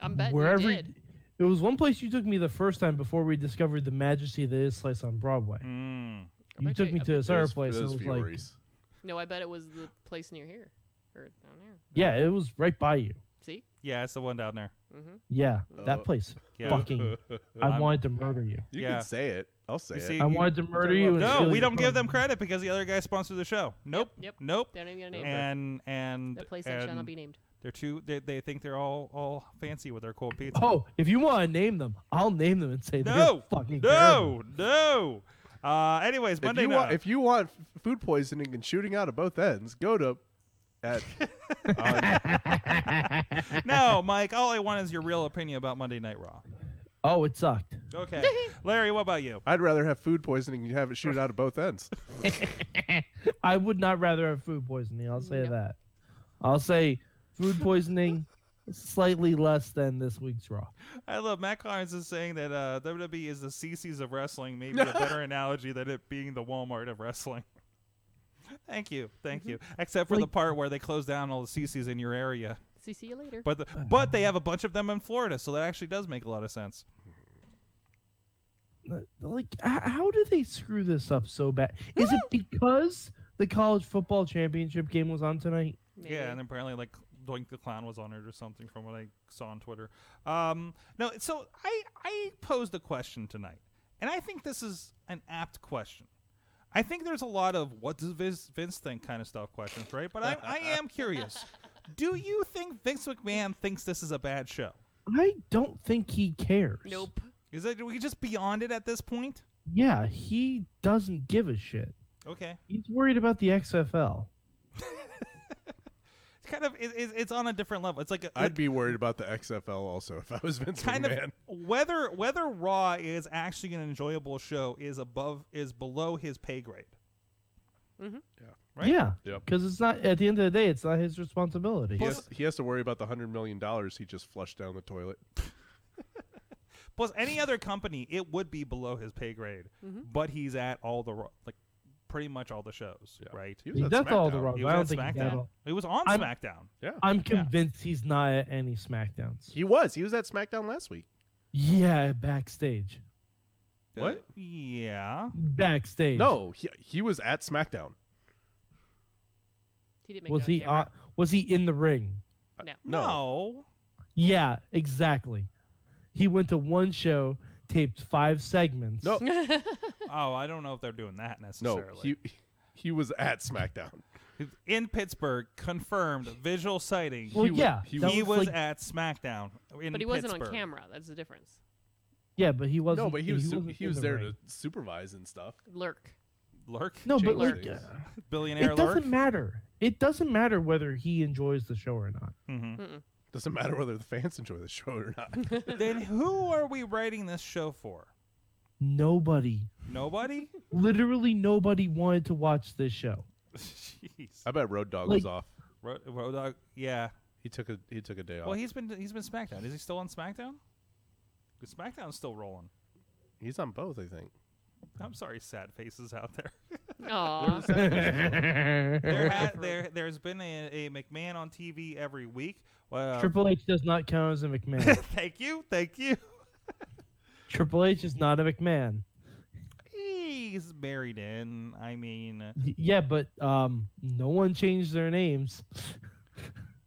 [SPEAKER 4] I'm betting
[SPEAKER 3] Wherever
[SPEAKER 4] you
[SPEAKER 3] y-
[SPEAKER 4] did.
[SPEAKER 3] it was one place you took me the first time before we discovered the majesty that is Slice on Broadway.
[SPEAKER 2] Mm.
[SPEAKER 4] I
[SPEAKER 3] You
[SPEAKER 4] bet
[SPEAKER 3] took
[SPEAKER 4] you-
[SPEAKER 3] me
[SPEAKER 4] I
[SPEAKER 3] to this
[SPEAKER 5] It
[SPEAKER 3] other
[SPEAKER 5] was-
[SPEAKER 3] place.
[SPEAKER 5] it
[SPEAKER 3] and
[SPEAKER 5] was
[SPEAKER 3] it was like,
[SPEAKER 5] Fioris.
[SPEAKER 4] No, I bet it was the place near here. Or down there.
[SPEAKER 3] yeah, it was right by you.
[SPEAKER 4] See? Mm-hmm.
[SPEAKER 2] Yeah, it's the one down there.
[SPEAKER 3] Yeah,
[SPEAKER 5] Uh,
[SPEAKER 3] that place.
[SPEAKER 2] yeah.
[SPEAKER 3] Fucking, I
[SPEAKER 2] I'm-
[SPEAKER 3] wanted to murder you.
[SPEAKER 5] You
[SPEAKER 2] Yeah.
[SPEAKER 5] can say it. I'll say
[SPEAKER 2] You
[SPEAKER 5] it.
[SPEAKER 2] see-
[SPEAKER 3] I wanted to murder you. and
[SPEAKER 2] No,
[SPEAKER 3] steal
[SPEAKER 2] we
[SPEAKER 3] your
[SPEAKER 2] don't give
[SPEAKER 3] phone.
[SPEAKER 2] them credit because the other guy sponsored the show. Nope.
[SPEAKER 4] Yep, yep.
[SPEAKER 2] Nope.
[SPEAKER 4] They don't even get a name.
[SPEAKER 2] And and
[SPEAKER 4] The place that shall
[SPEAKER 2] and
[SPEAKER 4] not be named.
[SPEAKER 2] They're too. They, they think they're all all fancy with their cold pizza.
[SPEAKER 3] Oh, if you want to name them, I'll name them and say they're
[SPEAKER 2] no,
[SPEAKER 3] fucking
[SPEAKER 2] no, no. Uh, anyways,
[SPEAKER 5] If
[SPEAKER 2] Monday
[SPEAKER 5] you,
[SPEAKER 2] night.
[SPEAKER 5] want, if you want f- food poisoning and shooting out of both ends, go to at on-
[SPEAKER 2] no, Mike, all I want is your real opinion about Monday Night Raw.
[SPEAKER 3] Oh, it sucked.
[SPEAKER 2] Okay. Larry, what about you?
[SPEAKER 5] I'd rather have food poisoning than have it shoot out of both ends.
[SPEAKER 3] I would not rather have food poisoning. I'll say
[SPEAKER 4] No.
[SPEAKER 3] that. I'll say food poisoning slightly less than this week's Raw.
[SPEAKER 2] I love Matt Collins is saying that uh, WWE is the CC's of wrestling, maybe a better analogy than it being the Walmart of wrestling. Mm-hmm. Thank you, thank you. Except for the
[SPEAKER 3] Like-
[SPEAKER 2] part where they close down all the CC's in your area,
[SPEAKER 4] See, see you later.
[SPEAKER 2] but the, but they have a bunch of them in Florida, so that actually does make a lot of sense.
[SPEAKER 3] Like, h- how do they screw this up so bad? Is it because the college football championship game was on tonight?
[SPEAKER 2] Yeah, and apparently like Doink the Clown was on it or something from what I saw on Twitter. Um, no, so I I posed a question tonight, and I think this is an apt question. I think there's a lot of what does Vince, Vince think kind of stuff questions, right? But I, I am curious. Do you think Vince McMahon thinks this is a bad show?
[SPEAKER 3] I don't think he cares.
[SPEAKER 4] Nope.
[SPEAKER 2] Is that are we just beyond it at this point?
[SPEAKER 3] Yeah, he doesn't give a shit.
[SPEAKER 2] Okay,
[SPEAKER 3] He's worried about the XFL.
[SPEAKER 2] it's kind of it, it, it's on a different level. It's like a,
[SPEAKER 5] I'd be worried about the XFL also if I was Vince
[SPEAKER 2] kind
[SPEAKER 5] McMahon.
[SPEAKER 2] of whether whether Raw is actually an enjoyable show is above is below his pay grade. Right.
[SPEAKER 3] Yeah,
[SPEAKER 5] Yep.
[SPEAKER 3] because it's not at the end of the day, it's not his responsibility.
[SPEAKER 5] He has, he has to worry about the hundred million dollars he just flushed down the toilet.
[SPEAKER 2] Plus, any other company, it would be below his pay grade.
[SPEAKER 4] Mm-hmm.
[SPEAKER 2] But he's at all the Raw- like pretty much all the shows,
[SPEAKER 5] Yeah.
[SPEAKER 2] right?
[SPEAKER 5] He was
[SPEAKER 3] He
[SPEAKER 5] at
[SPEAKER 3] does all the
[SPEAKER 5] SmackDown.
[SPEAKER 3] wrong.
[SPEAKER 2] He
[SPEAKER 3] I don't
[SPEAKER 2] was
[SPEAKER 3] think
[SPEAKER 2] at
[SPEAKER 3] he's at
[SPEAKER 2] SmackDown.
[SPEAKER 3] all.
[SPEAKER 2] He was on
[SPEAKER 3] I'm-
[SPEAKER 2] SmackDown.
[SPEAKER 3] I'm convinced he's not at any SmackDowns.
[SPEAKER 5] He was. He was at SmackDown last week.
[SPEAKER 3] Yeah, backstage.
[SPEAKER 5] What?
[SPEAKER 2] Uh, Yeah.
[SPEAKER 3] Backstage.
[SPEAKER 5] No, he, he was at SmackDown.
[SPEAKER 4] He didn't make
[SPEAKER 3] Was
[SPEAKER 4] it on
[SPEAKER 3] he
[SPEAKER 4] camera.
[SPEAKER 3] on, was he in the ring?
[SPEAKER 2] No.
[SPEAKER 3] Yeah, exactly. He went to one show, taped five segments.
[SPEAKER 5] No.
[SPEAKER 2] Oh, I don't know if they're doing that
[SPEAKER 5] No,
[SPEAKER 2] necessarily.
[SPEAKER 5] he he was at SmackDown.
[SPEAKER 2] in Pittsburgh, confirmed visual sighting.
[SPEAKER 3] Well,
[SPEAKER 5] He was-
[SPEAKER 3] yeah,
[SPEAKER 5] he
[SPEAKER 3] that
[SPEAKER 2] he
[SPEAKER 3] was
[SPEAKER 2] was
[SPEAKER 3] like-
[SPEAKER 2] at SmackDown. In
[SPEAKER 4] But he wasn't on
[SPEAKER 2] Pittsburgh.
[SPEAKER 4] camera. That's the difference.
[SPEAKER 3] yeah, but he wasn't.
[SPEAKER 5] no, but he was su-
[SPEAKER 3] wasn't
[SPEAKER 5] he
[SPEAKER 3] in
[SPEAKER 5] was
[SPEAKER 3] the
[SPEAKER 5] there
[SPEAKER 3] ring.
[SPEAKER 5] to supervise and stuff.
[SPEAKER 4] Lurk.
[SPEAKER 2] Lurk.
[SPEAKER 3] No, but like,
[SPEAKER 5] change things.
[SPEAKER 3] uh,
[SPEAKER 2] Billionaire
[SPEAKER 3] it doesn't
[SPEAKER 2] Lurk.
[SPEAKER 3] matter. It doesn't matter whether he enjoys the show or not.
[SPEAKER 2] Mm-hmm.
[SPEAKER 5] Doesn't matter whether the fans enjoy the show or not.
[SPEAKER 2] then who are we writing this show for?
[SPEAKER 3] Nobody,
[SPEAKER 2] Nobody?
[SPEAKER 3] literally nobody, wanted to watch this show.
[SPEAKER 2] Jeez.
[SPEAKER 5] I bet Road Dog was
[SPEAKER 3] Like-
[SPEAKER 5] off.
[SPEAKER 2] Uh, Ro- Road Dogg. Yeah.
[SPEAKER 5] He took a he took a day off.
[SPEAKER 2] Well, he's been he's been SmackDown. Is he still on SmackDown? 'Cause SmackDown's still rolling.
[SPEAKER 5] he's on both, I think.
[SPEAKER 2] I'm sorry, sad faces out there.
[SPEAKER 4] Aw.
[SPEAKER 2] there, ha- there, there's been a, a McMahon on TV every week. Well, uh,
[SPEAKER 3] Triple H does not count as a McMahon.
[SPEAKER 2] thank you, thank you.
[SPEAKER 3] Triple H is not a McMahon.
[SPEAKER 2] He's married in. I mean,
[SPEAKER 3] Y- Yeah, but um, no one changed their names.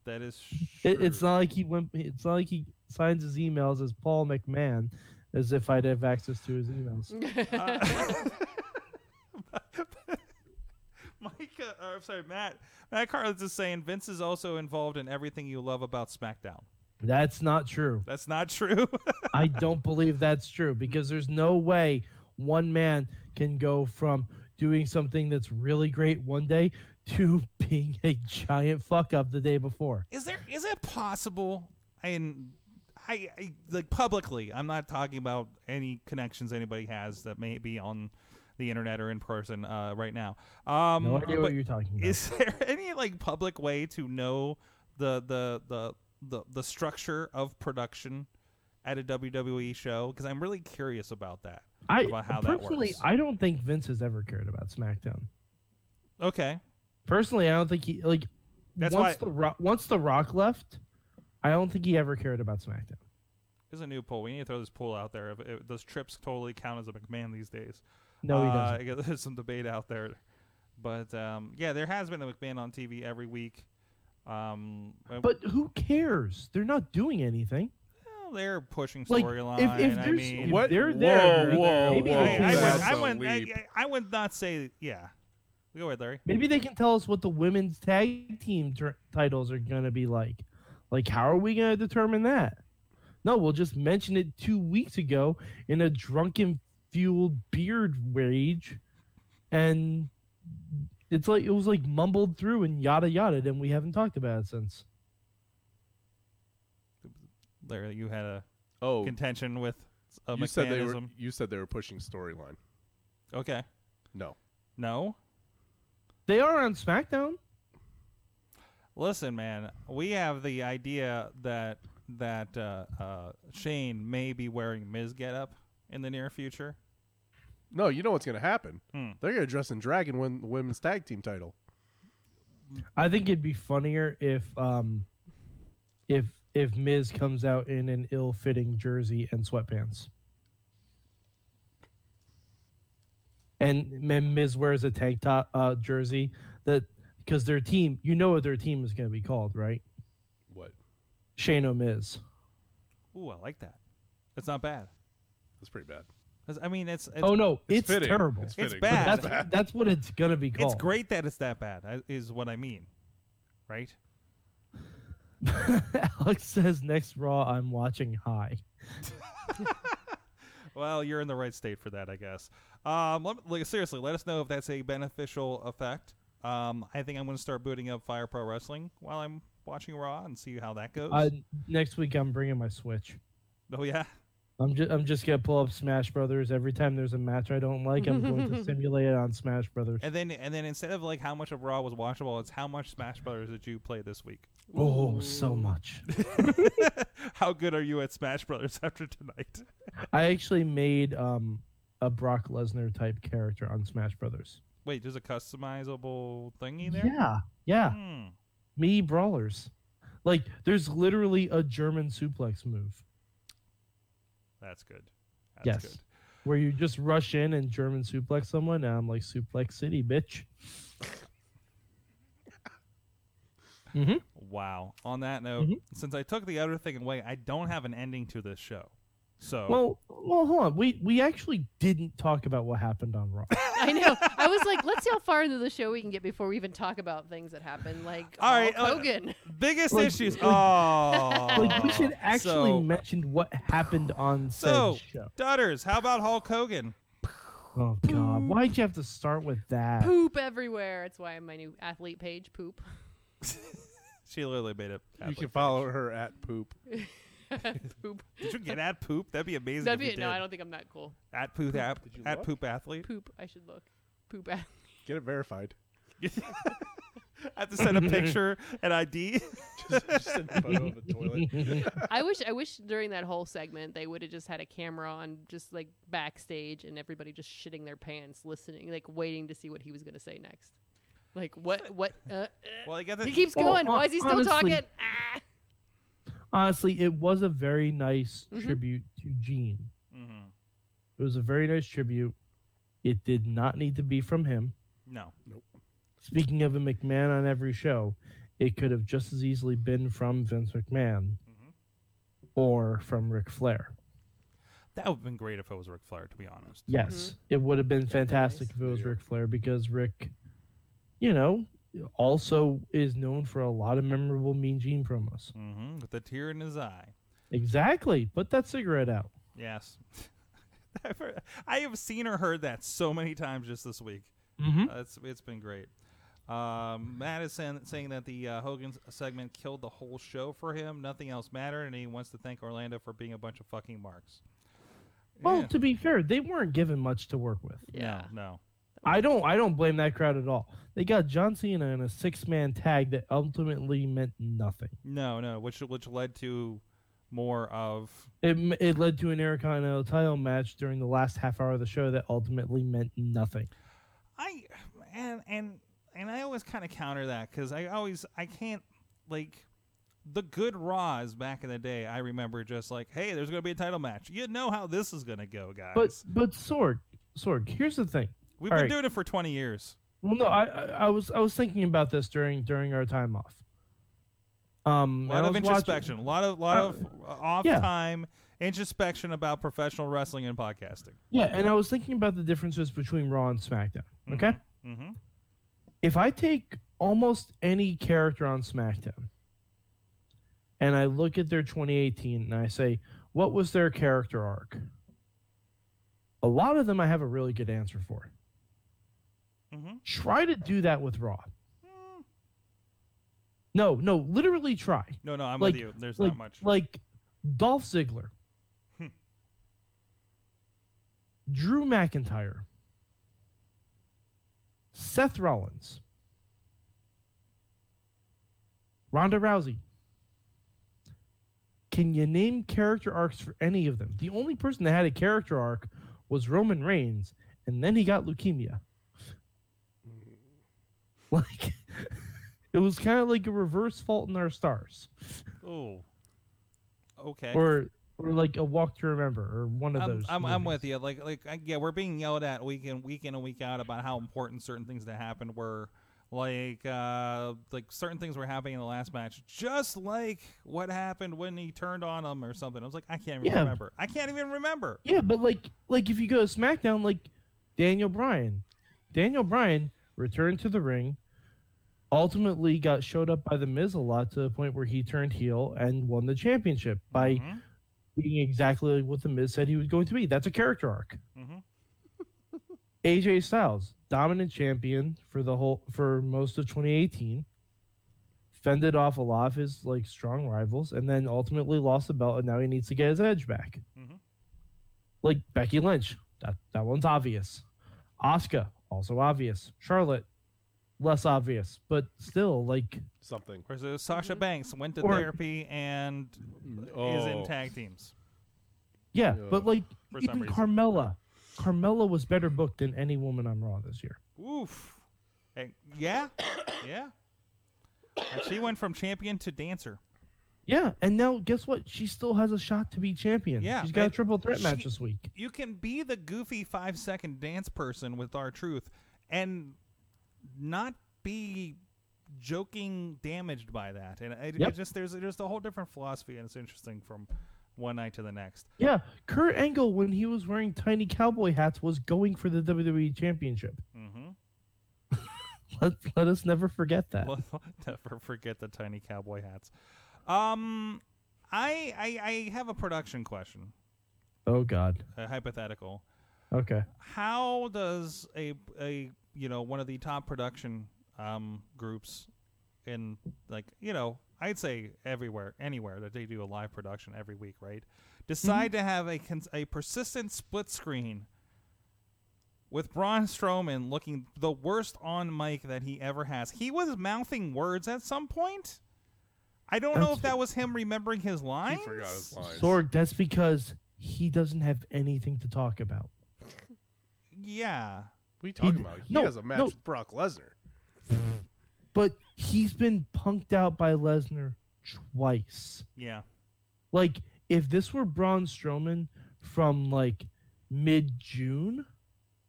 [SPEAKER 2] that is.
[SPEAKER 3] It, it's
[SPEAKER 2] sure.
[SPEAKER 3] not like he went. It's not like he signs his emails as Paul McMahon, as if I'd have access to his emails.
[SPEAKER 2] Uh, Micah, or, I'm sorry, Matt. Matt Carlos is saying Vince is also involved in everything you love about SmackDown.
[SPEAKER 3] That's not true.
[SPEAKER 2] That's not true.
[SPEAKER 3] I don't believe that's true because there's no way one man can go from doing something that's really great one day to being a giant fuck up the day before.
[SPEAKER 2] is there is it possible and I, I like publicly i'm not talking about any connections anybody has that may be on the internet or in person uh, right now um
[SPEAKER 3] No idea what
[SPEAKER 2] but
[SPEAKER 3] you're talking about.
[SPEAKER 2] is there any like public way to know the the the the, the structure of production at a wwe show because i'm really curious about that
[SPEAKER 3] I
[SPEAKER 2] about how that
[SPEAKER 3] personally,
[SPEAKER 2] works.
[SPEAKER 3] I don't think Vince has ever cared about SmackDown.
[SPEAKER 2] okay
[SPEAKER 3] Personally, I don't think he like
[SPEAKER 2] That's
[SPEAKER 3] once
[SPEAKER 2] why-
[SPEAKER 3] the Rock, once the Rock left, I don't think he ever cared about SmackDown.
[SPEAKER 2] there's a new poll we need to throw this poll out there if, if those trips totally count as a mcmahon these days
[SPEAKER 3] No, he
[SPEAKER 2] Uh,
[SPEAKER 3] doesn't.
[SPEAKER 2] I guess there's some debate out there, but um, yeah, there has been a McMahon on TV every week. Um, uh,
[SPEAKER 3] But who cares? They're not doing anything.
[SPEAKER 2] well, they're pushing
[SPEAKER 3] Like,
[SPEAKER 2] storyline.
[SPEAKER 3] if, if
[SPEAKER 2] I
[SPEAKER 3] there's
[SPEAKER 2] mean,
[SPEAKER 3] if
[SPEAKER 5] What?
[SPEAKER 3] they're
[SPEAKER 5] Whoa,
[SPEAKER 3] there,
[SPEAKER 5] whoa,
[SPEAKER 2] I,
[SPEAKER 3] maybe they
[SPEAKER 5] whoa,
[SPEAKER 2] I,
[SPEAKER 3] can
[SPEAKER 2] would,
[SPEAKER 3] tell
[SPEAKER 5] that's
[SPEAKER 3] us-
[SPEAKER 2] I,
[SPEAKER 5] a
[SPEAKER 2] would, I,
[SPEAKER 5] leap.
[SPEAKER 2] I would not say yeah. Go ahead, Larry.
[SPEAKER 3] Maybe they can tell us what the women's tag team tur titles are going to be like. Like, how are we going to determine that? No, we'll just mention it two weeks ago in a drunken fueled beard rage, and it's like it was like mumbled through and yada yada, and we haven't talked about it since.
[SPEAKER 2] Larry, you had a
[SPEAKER 5] Oh,
[SPEAKER 2] contention with a
[SPEAKER 5] you said they were.
[SPEAKER 2] mechanism.
[SPEAKER 5] You said they were pushing storyline.
[SPEAKER 2] Okay.
[SPEAKER 5] No,
[SPEAKER 2] No.
[SPEAKER 3] They are on SmackDown.
[SPEAKER 2] Listen, man, we have the idea that that uh, uh, Shane may be wearing Miz getup in the near future.
[SPEAKER 5] no. You know what's going to happen?
[SPEAKER 2] Hmm.
[SPEAKER 5] They're going to dress in drag and win the women's tag team title.
[SPEAKER 3] I think it'd be funnier if um if if Miz comes out in an ill-fitting jersey and sweatpants. And then Miz wears a tank top uh, jersey that because their team, you know what their team is going to be called, right?
[SPEAKER 5] What?
[SPEAKER 3] Shane O'Miz.
[SPEAKER 2] Ooh, I like that. That's not bad.
[SPEAKER 5] That's pretty bad.
[SPEAKER 2] 'Cause, I mean, it's, it's
[SPEAKER 3] Oh no,
[SPEAKER 5] it's
[SPEAKER 3] it's,
[SPEAKER 5] fitting.
[SPEAKER 3] terrible.
[SPEAKER 5] It's
[SPEAKER 2] It's
[SPEAKER 5] fitting.
[SPEAKER 2] bad.
[SPEAKER 3] that's
[SPEAKER 5] It's bad.
[SPEAKER 3] that's what it's going to be called.
[SPEAKER 2] it's great that it's that bad. I- Is what I mean, right?
[SPEAKER 3] Alex says next Raw I'm watching high.
[SPEAKER 2] Well, you're in the right state for that, I guess. Um, let, like, seriously, let us know if that's a beneficial effect. Um, I think I'm going to start booting up Fire Pro Wrestling while I'm watching Raw and see how that goes.
[SPEAKER 3] Uh, next week I'm bringing my Switch.
[SPEAKER 2] oh yeah,
[SPEAKER 3] I'm just I'm just gonna pull up Smash Brothers every time there's a match I don't like. I'm going to simulate it on Smash Brothers.
[SPEAKER 2] and then and then instead of like how much of Raw was watchable, it's how much Smash Brothers did you play this week?
[SPEAKER 3] Oh, so much.
[SPEAKER 2] how good are you at Smash Brothers after tonight?
[SPEAKER 3] I actually made um a Brock Lesnar type character on Smash Brothers.
[SPEAKER 2] Wait, there's a customizable thingy there.
[SPEAKER 3] Yeah, yeah.
[SPEAKER 2] Hmm.
[SPEAKER 3] Me brawlers. Like there's literally a German suplex move
[SPEAKER 2] that's good. That's
[SPEAKER 3] Yes.
[SPEAKER 2] good.
[SPEAKER 3] where you just rush in and German suplex someone, and I'm like suplex city, bitch. hmm
[SPEAKER 2] Wow. On that note,
[SPEAKER 3] Mm-hmm.
[SPEAKER 2] since I took the other thing away, I don't have an ending to this show. So
[SPEAKER 3] Well, well, hold on. We we actually didn't talk about what happened on Raw.
[SPEAKER 2] Uh,
[SPEAKER 4] I know. I was like, let's see how far into the show we can get before we even talk about things that happen. Like
[SPEAKER 2] All right,
[SPEAKER 4] Hulk
[SPEAKER 2] uh,
[SPEAKER 4] Hogan.
[SPEAKER 2] biggest
[SPEAKER 3] Like-
[SPEAKER 2] issues.
[SPEAKER 3] like-
[SPEAKER 2] Oh,
[SPEAKER 3] Like we should actually
[SPEAKER 2] So,
[SPEAKER 3] mention what happened on said
[SPEAKER 2] so
[SPEAKER 3] show.
[SPEAKER 2] Dutters, how about Hulk Hogan?
[SPEAKER 3] Oh God, why'd you have to start with that?
[SPEAKER 4] Mm. poop everywhere. That's why my new athlete page poop.
[SPEAKER 2] She literally made it.
[SPEAKER 5] you can
[SPEAKER 2] happen.
[SPEAKER 5] follow her at poop.
[SPEAKER 4] poop.
[SPEAKER 2] Did you get at poop? That'd be amazing. if
[SPEAKER 4] That'd be
[SPEAKER 2] you
[SPEAKER 4] it. No,
[SPEAKER 2] did.
[SPEAKER 4] I don't think I'm that cool.
[SPEAKER 2] At poop, at,
[SPEAKER 5] Did you
[SPEAKER 2] at
[SPEAKER 5] look?
[SPEAKER 2] poop athlete.
[SPEAKER 4] Poop. I should look. Poop. ath-
[SPEAKER 5] Get it verified.
[SPEAKER 2] I have to send a picture and ID.
[SPEAKER 5] Just, just send a photo of a toilet.
[SPEAKER 4] I wish. I wish during that whole segment they would have just had a camera on, just like backstage, and everybody just shitting their pants, listening, like waiting to see what he was going to say next. Like what? What? Uh, uh.
[SPEAKER 2] well, I got
[SPEAKER 4] he
[SPEAKER 2] that.
[SPEAKER 4] keeps
[SPEAKER 3] Well,
[SPEAKER 4] going.
[SPEAKER 3] hon-
[SPEAKER 4] Why is he still
[SPEAKER 3] honestly-
[SPEAKER 4] talking? Ah.
[SPEAKER 3] Honestly, it was a very nice
[SPEAKER 4] Mhm.
[SPEAKER 3] tribute to Gene.
[SPEAKER 2] Mhm.
[SPEAKER 3] It was a very nice tribute. It did not need to be from him.
[SPEAKER 2] No,
[SPEAKER 3] Speaking of a McMahon on every show, it could have just as easily been from Vince McMahon
[SPEAKER 4] Mm-hmm.
[SPEAKER 3] or from Ric Flair.
[SPEAKER 2] that would have been great if it was Ric Flair. To be honest.
[SPEAKER 3] Yes, it would have been fantastic if
[SPEAKER 4] Mm-hmm. nice.
[SPEAKER 3] it was
[SPEAKER 5] Yeah.
[SPEAKER 3] Ric Flair because Rick, you know, also is known for a lot of memorable Mean Gene promos.
[SPEAKER 2] hmm With a tear in his eye.
[SPEAKER 3] Exactly. Put that cigarette out.
[SPEAKER 2] Yes. I've heard- I have seen or heard that so many times just this week.
[SPEAKER 3] Mm-hmm.
[SPEAKER 2] Uh, it's it's been great. Um, Matt is saying, saying that the uh, Hogan segment killed the whole show for him. Nothing else mattered, and he wants to thank Orlando for being a bunch of fucking marks.
[SPEAKER 3] Well,
[SPEAKER 2] Yeah.
[SPEAKER 3] Oh, to be fair, they weren't given much to work with.
[SPEAKER 4] Yeah.
[SPEAKER 2] No,
[SPEAKER 3] I don't. I don't blame that crowd at all. They got John Cena in a six-man tag that ultimately meant nothing.
[SPEAKER 2] no, no, no. Which which led to more of
[SPEAKER 3] It m- it led to an Intercontinental title match during the last half hour of the show that ultimately meant nothing.
[SPEAKER 2] I and and and I always kind of counter that because I always I can't like the good Raws back in the day. I remember just like, hey, there's gonna be a title match. You know how this is gonna go, guys.
[SPEAKER 3] But but Sorg, Sorg, here's the thing.
[SPEAKER 2] we've
[SPEAKER 3] all
[SPEAKER 2] been
[SPEAKER 3] right.
[SPEAKER 2] doing it for 20 years.
[SPEAKER 3] Well, no, I, I I was I was thinking about this during during our time off. Um,
[SPEAKER 2] A
[SPEAKER 3] and
[SPEAKER 2] lot
[SPEAKER 3] I
[SPEAKER 2] of
[SPEAKER 3] was watching-
[SPEAKER 2] introspection, a lot of lot
[SPEAKER 3] Uh,
[SPEAKER 2] of off
[SPEAKER 3] yeah.
[SPEAKER 2] time introspection about professional wrestling and podcasting.
[SPEAKER 3] yeah, and I was thinking about the differences between Raw and SmackDown. Okay,
[SPEAKER 2] Mm-hmm.
[SPEAKER 3] if I take almost any character on SmackDown and I look at their 2018 and I say, what was their character arc? A lot of them I have a really good answer for.
[SPEAKER 2] Mhm.
[SPEAKER 3] Try to do that with Raw. No, no, literally try.
[SPEAKER 2] No, no, I'm
[SPEAKER 3] Like-
[SPEAKER 2] with you. There's
[SPEAKER 3] like,
[SPEAKER 2] not much.
[SPEAKER 3] like Dolph Ziggler,
[SPEAKER 2] Hmm.
[SPEAKER 3] Drew McIntyre, Seth Rollins, Ronda Rousey. Can you name character arcs for any of them? The only person that had a character arc was Roman Reigns, and then he got leukemia. Like, it was kind of like a reverse Fault in Our Stars
[SPEAKER 2] oh. Okay.
[SPEAKER 3] or or like a walk to remember or one of
[SPEAKER 2] I'm,
[SPEAKER 3] those.
[SPEAKER 2] I'm, I'm
[SPEAKER 3] movies.
[SPEAKER 2] with you. Like, like, I- yeah, we're being yelled at week in, week in and week out about how important certain things that happened were. Like, uh, like certain things were happening in the last match, just like what happened when he turned on him or something. I was like, I can't even
[SPEAKER 3] Yeah.
[SPEAKER 2] remember. I can't even remember.
[SPEAKER 3] Yeah, but like like if you go to SmackDown, like Daniel Bryan, Daniel Bryan returned to the ring, ultimately got showed up by the Miz a lot to the point where he turned heel and won the championship by
[SPEAKER 2] Mhm.
[SPEAKER 3] being exactly what the Miz said he was going to be. That's a character arc.
[SPEAKER 2] Mhm.
[SPEAKER 3] AJ Styles, dominant champion for the whole for most of 2018, fended off a lot of his like strong rivals, and then ultimately lost the belt, and now he needs to get his edge back.
[SPEAKER 2] Mhm.
[SPEAKER 3] Like Becky Lynch, that that one's obvious. Oscar, also obvious. Charlotte, less obvious, but still like
[SPEAKER 5] Something.
[SPEAKER 2] Whereas uh, Sasha Banks went to
[SPEAKER 3] Or-
[SPEAKER 2] therapy and Mm, is in
[SPEAKER 5] Oh.
[SPEAKER 2] tag teams.
[SPEAKER 3] yeah,
[SPEAKER 5] Yeah.
[SPEAKER 3] but like
[SPEAKER 2] For some
[SPEAKER 3] even
[SPEAKER 2] reason.
[SPEAKER 3] Carmella, Carmella was better booked than any woman on Raw this year.
[SPEAKER 2] Oof. Hey, yeah, yeah. And she went from champion to dancer.
[SPEAKER 3] Yeah, and now guess what? She still has a shot to be champion.
[SPEAKER 2] Yeah,
[SPEAKER 3] she's got a
[SPEAKER 2] and
[SPEAKER 3] triple threat match
[SPEAKER 2] she-
[SPEAKER 3] this week.
[SPEAKER 2] you can be the goofy five second dance person with our truth and not be joking damaged by that and it,
[SPEAKER 3] Yep.
[SPEAKER 2] it just there's just a whole different philosophy and it's interesting from one night to the next
[SPEAKER 3] Yeah, Kurt Angle when he was wearing tiny cowboy hats was going for the WWE Championship.
[SPEAKER 2] mm-hmm.
[SPEAKER 3] Let, let us never forget that.
[SPEAKER 2] Well, never forget the tiny cowboy hats um i i, I have a production question
[SPEAKER 3] Oh God.
[SPEAKER 2] a hypothetical
[SPEAKER 3] Okay.
[SPEAKER 2] how does a a you know one of the top production um groups in like you know I'd say everywhere anywhere that they do a live production every week right decide to have a cons- a persistent split screen with Braun Strowman looking the worst on mic that he ever has he was mouthing words at some point I don't know
[SPEAKER 3] That's-
[SPEAKER 2] if that was him remembering his
[SPEAKER 5] He
[SPEAKER 2] lines
[SPEAKER 5] forgot his lines.
[SPEAKER 3] Sorg, that's because he doesn't have anything to talk about.
[SPEAKER 2] yeah
[SPEAKER 5] What are you talking
[SPEAKER 3] He-
[SPEAKER 5] about? He
[SPEAKER 3] no,
[SPEAKER 5] has a match
[SPEAKER 3] no.
[SPEAKER 5] with Brock Lesnar.
[SPEAKER 3] But he's been punked out by Lesnar twice.
[SPEAKER 2] yeah
[SPEAKER 3] Like, if this were Braun Strowman from like mid June,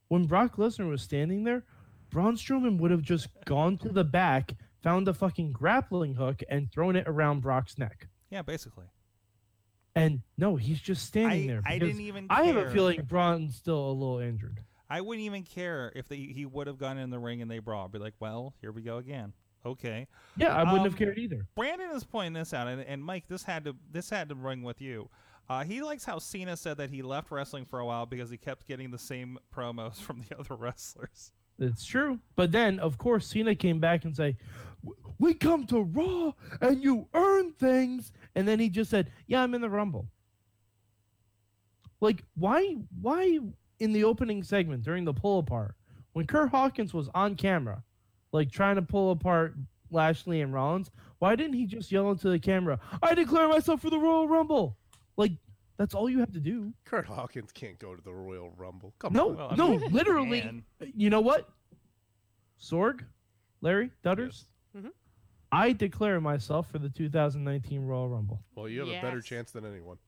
[SPEAKER 3] when Brock Lesnar was standing there, Braun Strowman would have just gone to the back, found a fucking grappling hook, and thrown it around Brock's neck.
[SPEAKER 2] yeah basically
[SPEAKER 3] And no, he's just standing
[SPEAKER 2] I,
[SPEAKER 3] there.
[SPEAKER 2] I
[SPEAKER 3] because
[SPEAKER 2] didn't even
[SPEAKER 3] I have a
[SPEAKER 2] care.
[SPEAKER 3] feeling Braun's still a little injured.
[SPEAKER 2] I wouldn't even care if they, he would have gone in the ring and they brawled. Be like, well, here we go again. Okay.
[SPEAKER 3] Yeah, I wouldn't
[SPEAKER 2] Um,
[SPEAKER 3] have cared either.
[SPEAKER 2] Brandon is pointing this out, and, and Mike, this had to this had to ring with you. Uh, he likes how Cena said that he left wrestling for a while because he kept getting the same promos from the other wrestlers.
[SPEAKER 3] It's true. But then, of course, Cena came back and say, "W- "We come to Raw and you earn things." And then he just said, "Yeah, I'm in the Rumble." Like, why? Why in the opening segment during the pull apart when Kurt Hawkins was on camera, like trying to pull apart Lashley and Rollins? Why didn't he just yell into the camera, "I declare myself for the Royal Rumble"? Like, that's all you have to do.
[SPEAKER 5] Kurt Hawkins can't go to the Royal Rumble. Come
[SPEAKER 3] No,
[SPEAKER 5] on.
[SPEAKER 2] Well, I
[SPEAKER 3] no,
[SPEAKER 2] mean,
[SPEAKER 3] literally.
[SPEAKER 2] man.
[SPEAKER 3] You know what? Sorg, Larry, Dutters.
[SPEAKER 4] Yes. Mhm.
[SPEAKER 3] I declare myself for the 2019 Royal Rumble.
[SPEAKER 5] Well, you have a better
[SPEAKER 4] Yes.
[SPEAKER 5] chance than anyone.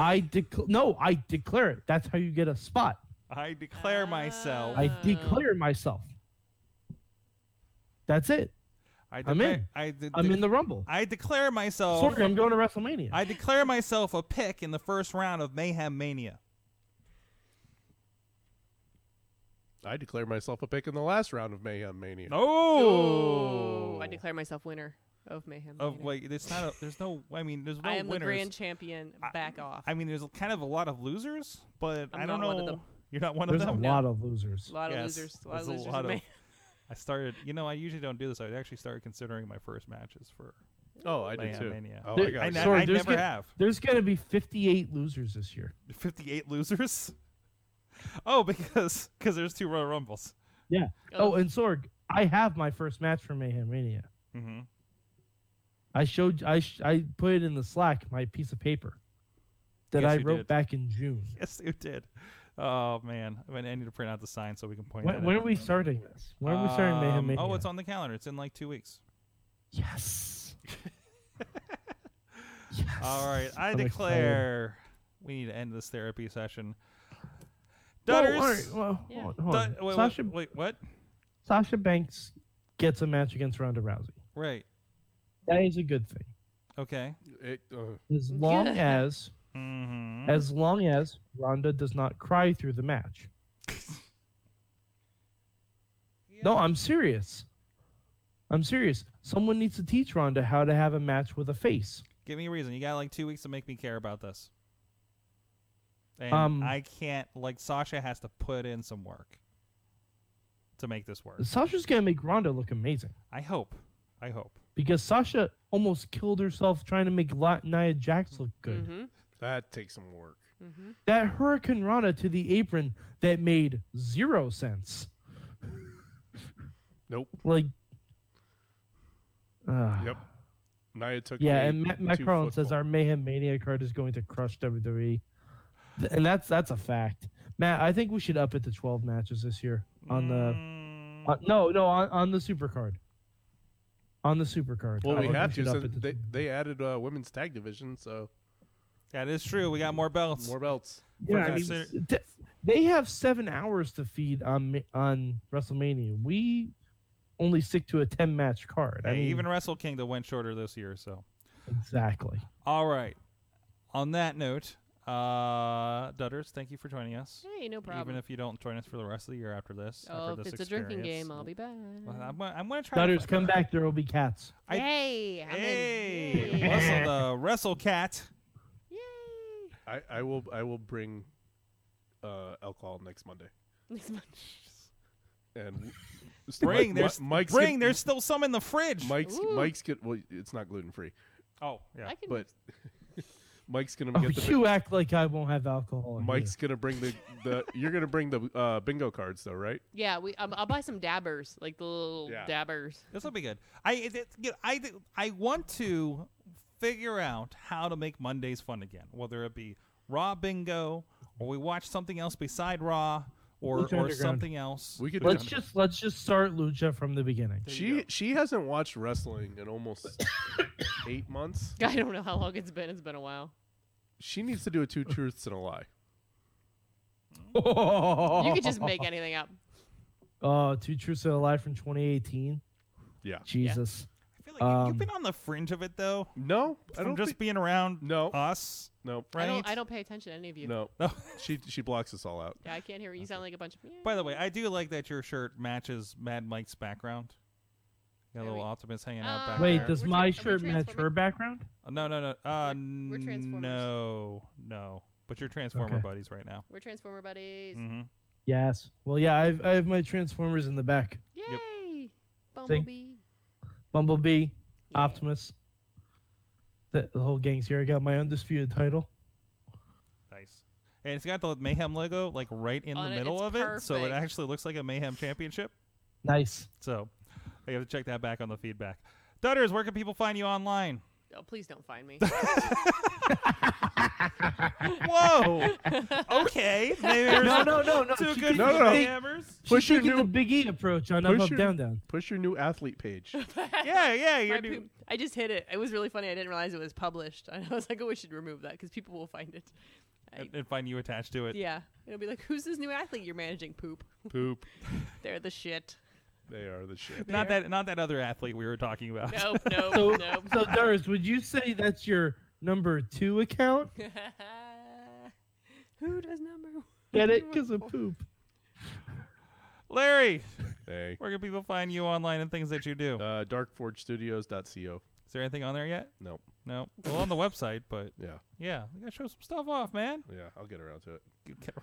[SPEAKER 3] I declare. No, I declare it. That's how you get a spot.
[SPEAKER 2] I declare
[SPEAKER 4] Ah.
[SPEAKER 2] myself.
[SPEAKER 3] I
[SPEAKER 2] I,
[SPEAKER 4] Oh.
[SPEAKER 3] declare myself. That's it. I'm
[SPEAKER 2] declare-
[SPEAKER 3] in.
[SPEAKER 2] I, de-
[SPEAKER 3] I'm in the Rumble.
[SPEAKER 2] I declare myself.
[SPEAKER 3] Sorg, I'm going to WrestleMania.
[SPEAKER 2] Oh. I declare myself a pick in the first round of Mayhem Mania.
[SPEAKER 5] I declare myself a pick in the last round of Mayhem Mania.
[SPEAKER 2] Oh,
[SPEAKER 4] Ooh, Ah. I declare myself winner of Mayhem.
[SPEAKER 2] Of
[SPEAKER 4] Mania.
[SPEAKER 2] wait, there's not a. There's no. I mean, there's no
[SPEAKER 4] I am the
[SPEAKER 2] winners.
[SPEAKER 4] grand champion.
[SPEAKER 2] I-
[SPEAKER 4] Back off.
[SPEAKER 2] I mean, there's kind of a lot of losers, but
[SPEAKER 4] I'm
[SPEAKER 2] I don't
[SPEAKER 4] not
[SPEAKER 2] know.
[SPEAKER 4] one of them.
[SPEAKER 2] You're not one
[SPEAKER 3] There's
[SPEAKER 2] of
[SPEAKER 3] a
[SPEAKER 2] them.
[SPEAKER 3] lot of losers.
[SPEAKER 4] A lot
[SPEAKER 2] Yes,
[SPEAKER 4] of losers. A lot of
[SPEAKER 2] there's a
[SPEAKER 4] losers.
[SPEAKER 2] lot of-
[SPEAKER 4] man.
[SPEAKER 2] I started. You know, I usually don't do this. I actually started considering my first matches for.
[SPEAKER 5] Oh, I did
[SPEAKER 2] Man,
[SPEAKER 5] too.
[SPEAKER 2] man, yeah.
[SPEAKER 5] Oh,
[SPEAKER 3] There-
[SPEAKER 5] I got
[SPEAKER 2] I, ne-
[SPEAKER 3] Sorry,
[SPEAKER 2] I
[SPEAKER 3] there's
[SPEAKER 2] never
[SPEAKER 3] get-
[SPEAKER 2] have.
[SPEAKER 3] There's going to be 58 losers this year.
[SPEAKER 2] 58 losers. Oh, because because there's two Royal Rumbles.
[SPEAKER 3] Oh, and Sorg, I have my first match for Mayhem Mania.
[SPEAKER 2] hmm
[SPEAKER 3] Mm-hmm. I showed I sh- I put it in the Slack, my piece of paper that
[SPEAKER 2] Yes,
[SPEAKER 3] I
[SPEAKER 2] you
[SPEAKER 3] wrote
[SPEAKER 2] did.
[SPEAKER 3] back in June.
[SPEAKER 2] Yes, you did. Oh man, I, mean, I need to print out the sign so we can point.
[SPEAKER 3] When,
[SPEAKER 2] that
[SPEAKER 3] when
[SPEAKER 2] out.
[SPEAKER 3] are we starting this? When are we starting Mayhem
[SPEAKER 2] Um,
[SPEAKER 3] Mania?
[SPEAKER 2] Oh, it's on the calendar. It's in like two weeks.
[SPEAKER 3] Yes. yes.
[SPEAKER 2] All right, I
[SPEAKER 3] I'm excited.
[SPEAKER 2] declare we need to end this therapy session.
[SPEAKER 3] Whoa,
[SPEAKER 2] Dutters.
[SPEAKER 3] all right, whoa,
[SPEAKER 4] Yeah.
[SPEAKER 3] hold- hold on.
[SPEAKER 2] Dut- wait,
[SPEAKER 3] Sasha,
[SPEAKER 2] wait, wait, what?
[SPEAKER 3] Sasha Banks gets a match against Ronda Rousey.
[SPEAKER 2] Right.
[SPEAKER 3] That is a good thing.
[SPEAKER 2] Okay.
[SPEAKER 5] It, uh,
[SPEAKER 3] As long
[SPEAKER 4] Yeah.
[SPEAKER 3] as
[SPEAKER 2] Mm-hmm.
[SPEAKER 3] as long as Ronda does not cry through the match. No, I'm serious. I'm serious. Someone needs to teach Ronda how to have a match with a face.
[SPEAKER 2] Give me a reason. You got like two weeks to make me care about this. And
[SPEAKER 3] Um,
[SPEAKER 2] I can't. Like Sasha has to put in some work to make this work.
[SPEAKER 3] Sasha's gonna make Ronda look amazing
[SPEAKER 2] I hope. I hope.
[SPEAKER 3] because Sasha almost killed herself trying to make Lot Nia Jax look good.
[SPEAKER 4] Mm-hmm.
[SPEAKER 5] that takes some work.
[SPEAKER 4] Mm-hmm.
[SPEAKER 3] That Hurricane Rana to the apron that made zero sense.
[SPEAKER 5] Nope.
[SPEAKER 3] Like, Ah.
[SPEAKER 5] Yep. Nia took.
[SPEAKER 3] Yeah,
[SPEAKER 5] a
[SPEAKER 3] and Matt, Matt
[SPEAKER 5] two
[SPEAKER 3] Carlin
[SPEAKER 5] foot
[SPEAKER 3] says
[SPEAKER 5] fall.
[SPEAKER 3] our Mayhem Mania card is going to crush WWE, Th- and that's that's a fact. Matt, I think we should up it to twelve matches this year on the
[SPEAKER 2] Mm,
[SPEAKER 3] on- no no on, on the super card. On the super card.
[SPEAKER 5] Well,
[SPEAKER 3] I
[SPEAKER 5] we
[SPEAKER 3] think
[SPEAKER 5] have
[SPEAKER 3] should
[SPEAKER 5] to.
[SPEAKER 3] up
[SPEAKER 5] Since
[SPEAKER 3] it to
[SPEAKER 5] they,
[SPEAKER 3] 12.
[SPEAKER 5] they added uh, women's tag division, so
[SPEAKER 2] that is true. We got more belts.
[SPEAKER 5] more belts.
[SPEAKER 3] Yeah, I
[SPEAKER 2] Fucking
[SPEAKER 3] mean,
[SPEAKER 2] ser-
[SPEAKER 3] th- they have seven hours to feed on Ma- on WrestleMania. We only stick to a ten match card. I
[SPEAKER 2] Hey,
[SPEAKER 3] mean,
[SPEAKER 2] even Wrestle Kingdom went shorter this year, so.
[SPEAKER 3] exactly.
[SPEAKER 2] All right. On that note, uh, Dutters, thank you for joining us.
[SPEAKER 4] Hey, no problem.
[SPEAKER 2] Even if you don't join us for the rest of the year after this,
[SPEAKER 4] oh,
[SPEAKER 2] after
[SPEAKER 4] if
[SPEAKER 2] this
[SPEAKER 4] it's a drinking
[SPEAKER 2] experience.
[SPEAKER 4] game, I'll be back.
[SPEAKER 2] Well, I'm, gonna- I'm gonna try. to
[SPEAKER 3] Gutters,
[SPEAKER 2] fi-
[SPEAKER 3] come back. There will be cats.
[SPEAKER 2] I-
[SPEAKER 4] Yay! I'm in.
[SPEAKER 2] Hey,
[SPEAKER 4] Yay!
[SPEAKER 2] wrestle the wrestle cat.
[SPEAKER 4] Yay!
[SPEAKER 5] I, I will I will bring uh, alcohol next Monday,
[SPEAKER 4] Next month.
[SPEAKER 5] and
[SPEAKER 2] Bring there's
[SPEAKER 5] Mi- Mike's
[SPEAKER 2] bring
[SPEAKER 5] get-
[SPEAKER 2] there's still some in the fridge.
[SPEAKER 5] Mike's
[SPEAKER 4] Ooh.
[SPEAKER 5] Mike's get well. It's not gluten free,
[SPEAKER 2] oh yeah.
[SPEAKER 4] I can.
[SPEAKER 5] but Mike's gonna
[SPEAKER 3] Oh,
[SPEAKER 5] get the
[SPEAKER 3] you act like I won't have alcohol. in here.
[SPEAKER 5] Mike's gonna bring the the. You're gonna bring the uh, bingo cards though, right?
[SPEAKER 4] yeah, we. Um, I'll buy some dabbers, like the little
[SPEAKER 5] Yeah.
[SPEAKER 4] dabbers.
[SPEAKER 2] This will be good. I it, it- you know, I th- I want to figure out how to make Mondays fun again. Whether it be Raw bingo, or we watch something else beside Raw, or or
[SPEAKER 3] Lucha Underground.
[SPEAKER 2] something else.
[SPEAKER 5] We could.
[SPEAKER 3] Let's just let's just start Lucha from the beginning.
[SPEAKER 5] She she hasn't watched wrestling in almost eight months.
[SPEAKER 4] I don't know how long it's been. It's been a while.
[SPEAKER 5] She needs to do a two truths and a lie.
[SPEAKER 4] You could just make anything up.
[SPEAKER 3] Oh, two truths and a lie from 2018.
[SPEAKER 5] Yeah.
[SPEAKER 3] Jesus.
[SPEAKER 2] I feel like you-
[SPEAKER 3] Um,
[SPEAKER 2] you've been on the fringe of it though.
[SPEAKER 5] No, I
[SPEAKER 2] From
[SPEAKER 5] don't
[SPEAKER 2] just
[SPEAKER 5] just
[SPEAKER 2] being around
[SPEAKER 5] no
[SPEAKER 2] us,
[SPEAKER 5] no
[SPEAKER 2] right?
[SPEAKER 4] I don't. I don't pay attention to any of you.
[SPEAKER 5] no.
[SPEAKER 2] No.
[SPEAKER 5] She she blocks us all out.
[SPEAKER 4] Yeah, I can't hear you. You sound like a bunch of.
[SPEAKER 2] By the way, I do like that your shirt matches Mad Mike's background. Got a
[SPEAKER 4] There
[SPEAKER 2] little
[SPEAKER 4] we-
[SPEAKER 2] Optimus hanging out back
[SPEAKER 4] Uh,
[SPEAKER 3] Wait,
[SPEAKER 2] there.
[SPEAKER 3] does
[SPEAKER 4] We're tra-
[SPEAKER 3] my
[SPEAKER 4] are we
[SPEAKER 3] shirt match her
[SPEAKER 4] transforming?
[SPEAKER 3] background?
[SPEAKER 2] no, no, no. Uh,
[SPEAKER 4] We're- we're Transformers.
[SPEAKER 2] no, no. But you're Transformer
[SPEAKER 3] Okay. Mm-hmm.
[SPEAKER 2] buddies right now.
[SPEAKER 4] We're Transformer buddies.
[SPEAKER 2] hmm
[SPEAKER 3] Yes. Well, yeah, I've, I have my Transformers in the back.
[SPEAKER 4] Yay! Bumblebee.
[SPEAKER 3] Bumblebee, Optimus, the, the whole gang's here. I got my undisputed title.
[SPEAKER 2] Nice. And it's got the Mayhem logo like right in
[SPEAKER 4] On
[SPEAKER 2] the
[SPEAKER 4] it,
[SPEAKER 2] middle of
[SPEAKER 4] it's
[SPEAKER 2] it, so it
[SPEAKER 4] perfect.
[SPEAKER 2] actually looks like a Mayhem championship.
[SPEAKER 3] Nice.
[SPEAKER 2] So I got to check that back on the feedback. Dutters, where can people find you online?
[SPEAKER 4] Oh, please don't find me.
[SPEAKER 2] Whoa. okay. Maybe there's
[SPEAKER 3] No, no, no, no.
[SPEAKER 2] Too
[SPEAKER 3] she
[SPEAKER 2] good
[SPEAKER 3] could-
[SPEAKER 5] No,
[SPEAKER 2] for
[SPEAKER 5] no, no.
[SPEAKER 2] the hammers.
[SPEAKER 3] She's
[SPEAKER 5] Push your
[SPEAKER 3] taking
[SPEAKER 5] new-
[SPEAKER 3] the Big E approach on up,
[SPEAKER 5] push
[SPEAKER 3] up,
[SPEAKER 5] your-
[SPEAKER 3] down, down.
[SPEAKER 5] Push your new athlete page.
[SPEAKER 2] Yeah, yeah. You're
[SPEAKER 4] My
[SPEAKER 2] new.
[SPEAKER 4] poop- I just hit it. It was really funny. I didn't realize it was published. And I was like, oh, we should remove that because people will find it. I-
[SPEAKER 2] and, and find you attached to it.
[SPEAKER 4] yeah. It'll be like, who's this new athlete you're managing? Poop.
[SPEAKER 5] Poop.
[SPEAKER 4] They're the shit.
[SPEAKER 5] They are the shit.
[SPEAKER 2] Not that, not that other athlete we were talking about.
[SPEAKER 4] Nope, nope,
[SPEAKER 3] So,
[SPEAKER 4] nope.
[SPEAKER 3] so Doris, would you say that's your number two account?
[SPEAKER 4] Who does number one?
[SPEAKER 3] Get it? Because of poop.
[SPEAKER 2] Larry,
[SPEAKER 5] Hey.
[SPEAKER 2] where can people find you online and things that you do?
[SPEAKER 5] Uh, darkforgestudios.co.
[SPEAKER 2] Is there anything on there yet?
[SPEAKER 5] Nope.
[SPEAKER 2] No. Well, on the website, but
[SPEAKER 5] Yeah,
[SPEAKER 2] yeah, we gotta show some stuff off, man.
[SPEAKER 5] yeah. I'll get around to it.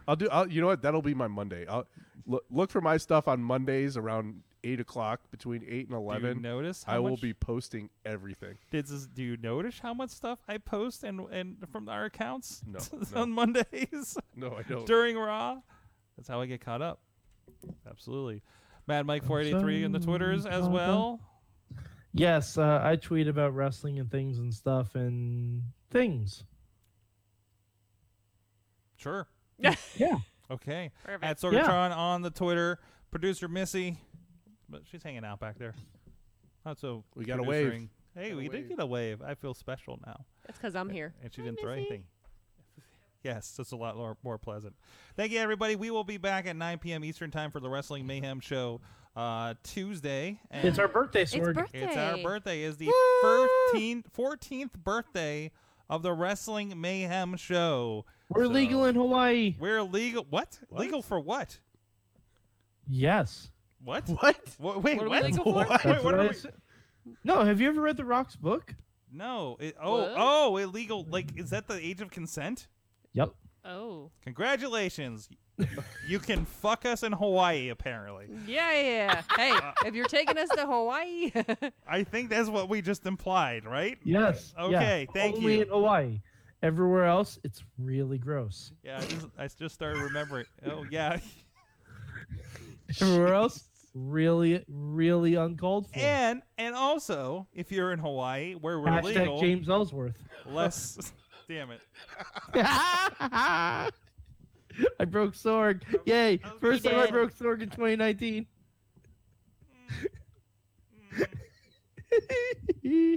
[SPEAKER 5] I'll do. I'll, you know what? That'll be my Monday. I'll look, look for my stuff on Mondays around eight o'clock, between eight and
[SPEAKER 2] Do you
[SPEAKER 5] eleven.
[SPEAKER 2] notice? How
[SPEAKER 5] I will
[SPEAKER 2] much-
[SPEAKER 5] be posting everything.
[SPEAKER 2] Did this, do you notice how much stuff I post and and from our accounts
[SPEAKER 5] No,
[SPEAKER 2] on Mondays
[SPEAKER 5] No, I don't.
[SPEAKER 2] during Raw? That's how I get caught up. Absolutely. Mad Mike four eighty three in the Twitters as well.
[SPEAKER 3] Yes, uh, I tweet about wrestling and things and stuff and things.
[SPEAKER 2] Sure.
[SPEAKER 3] Yeah.
[SPEAKER 2] Okay.
[SPEAKER 4] Perfect.
[SPEAKER 2] At Sorgatron on the Twitter. Producer Missy, but she's hanging out back there. Not so.
[SPEAKER 5] We got a wave.
[SPEAKER 2] producering. Hey,
[SPEAKER 5] Got a
[SPEAKER 2] we
[SPEAKER 5] wave.
[SPEAKER 2] did get a wave. I feel special now.
[SPEAKER 4] That's because I'm here.
[SPEAKER 2] And she didn't throw
[SPEAKER 4] Missy.
[SPEAKER 2] anything. Yes, that's a lot more, more pleasant. Thank you, everybody. We will be back at 9 p.m. Eastern Time for the Wrestling Mayhem Show uh, Tuesday. And
[SPEAKER 3] It's our birthday,
[SPEAKER 4] It's
[SPEAKER 3] Sorg.
[SPEAKER 4] birthday.
[SPEAKER 2] It's our birthday. Is the 13th, 14th birthday of the Wrestling Mayhem Show.
[SPEAKER 3] We're
[SPEAKER 2] So-
[SPEAKER 3] legal in Hawaii.
[SPEAKER 2] We're legal. What?
[SPEAKER 5] What?
[SPEAKER 2] Legal for what?
[SPEAKER 3] Yes.
[SPEAKER 2] What?
[SPEAKER 5] What?
[SPEAKER 2] Wha- wait,
[SPEAKER 4] What are we
[SPEAKER 2] what?
[SPEAKER 4] legal for?
[SPEAKER 2] What?
[SPEAKER 3] That's
[SPEAKER 2] Wait, what
[SPEAKER 3] what
[SPEAKER 2] are
[SPEAKER 3] I
[SPEAKER 2] we-
[SPEAKER 3] said. No, have you ever read The Rock's book?
[SPEAKER 2] No. It, oh,
[SPEAKER 4] What?
[SPEAKER 2] oh, illegal. Like, is that the age of consent?
[SPEAKER 3] Yep.
[SPEAKER 4] Oh.
[SPEAKER 2] Congratulations. you can fuck us in Hawaii, apparently.
[SPEAKER 4] Yeah, yeah, yeah. Hey, if you're taking us to Hawaii,
[SPEAKER 2] I think that's what we just implied, right?
[SPEAKER 3] Yes. yeah.
[SPEAKER 2] Okay, thank
[SPEAKER 3] Only
[SPEAKER 2] you.
[SPEAKER 3] in Hawaii. Everywhere else, it's really gross.
[SPEAKER 2] Yeah, I just, I just started remembering. Oh, yeah.
[SPEAKER 3] Everywhere else, really, really uncalled for.
[SPEAKER 2] And and also, if you're in Hawaii, where we're
[SPEAKER 3] Hashtag
[SPEAKER 2] legal,
[SPEAKER 3] James Ellsworth.
[SPEAKER 2] less. Damn it.
[SPEAKER 3] I broke Sorg. Yay. First
[SPEAKER 4] He
[SPEAKER 3] time I
[SPEAKER 4] did.
[SPEAKER 3] broke Sorg in 2019.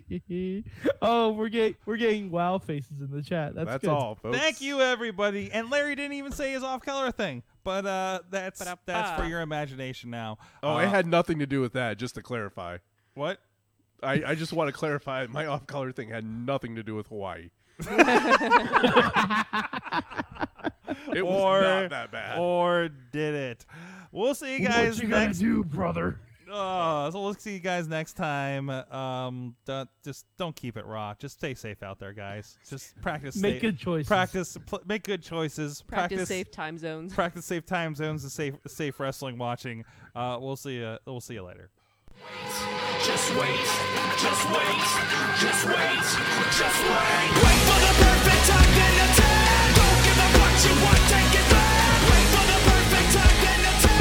[SPEAKER 3] oh, we're getting we're getting wow faces in the chat. That's,
[SPEAKER 5] That's,
[SPEAKER 3] good.
[SPEAKER 5] all, folks.
[SPEAKER 2] Thank you, everybody. And Larry didn't even say his off color thing, but uh, that's
[SPEAKER 4] Ba-da-ba.
[SPEAKER 2] that's for your imagination now.
[SPEAKER 5] Oh,
[SPEAKER 2] uh,
[SPEAKER 5] it had nothing to do with that. Just to clarify,
[SPEAKER 2] what?
[SPEAKER 5] I, I just want to clarify. My off-color thing had nothing to do with Hawaii. it
[SPEAKER 2] Or-
[SPEAKER 5] was not that bad.
[SPEAKER 2] Or did it? We'll see you guys
[SPEAKER 3] what you
[SPEAKER 2] next
[SPEAKER 3] gonna do, brother?
[SPEAKER 2] Oh, so we'll see you guys next time. Um, don't, just don't keep it raw. Just stay safe out there, guys. Just practice.
[SPEAKER 3] Make
[SPEAKER 2] safe-
[SPEAKER 3] good choices.
[SPEAKER 2] Practice. Pl- make good choices.
[SPEAKER 4] practice, safe time zones.
[SPEAKER 2] Practice safe time zones and safe safe wrestling watching. Uh, we'll see you. We'll see you later.
[SPEAKER 1] Just wait, just wait, just wait, just wait. Wait for the perfect time, then attack. Don't give up what you want, take it back. Wait for the perfect time, then attack.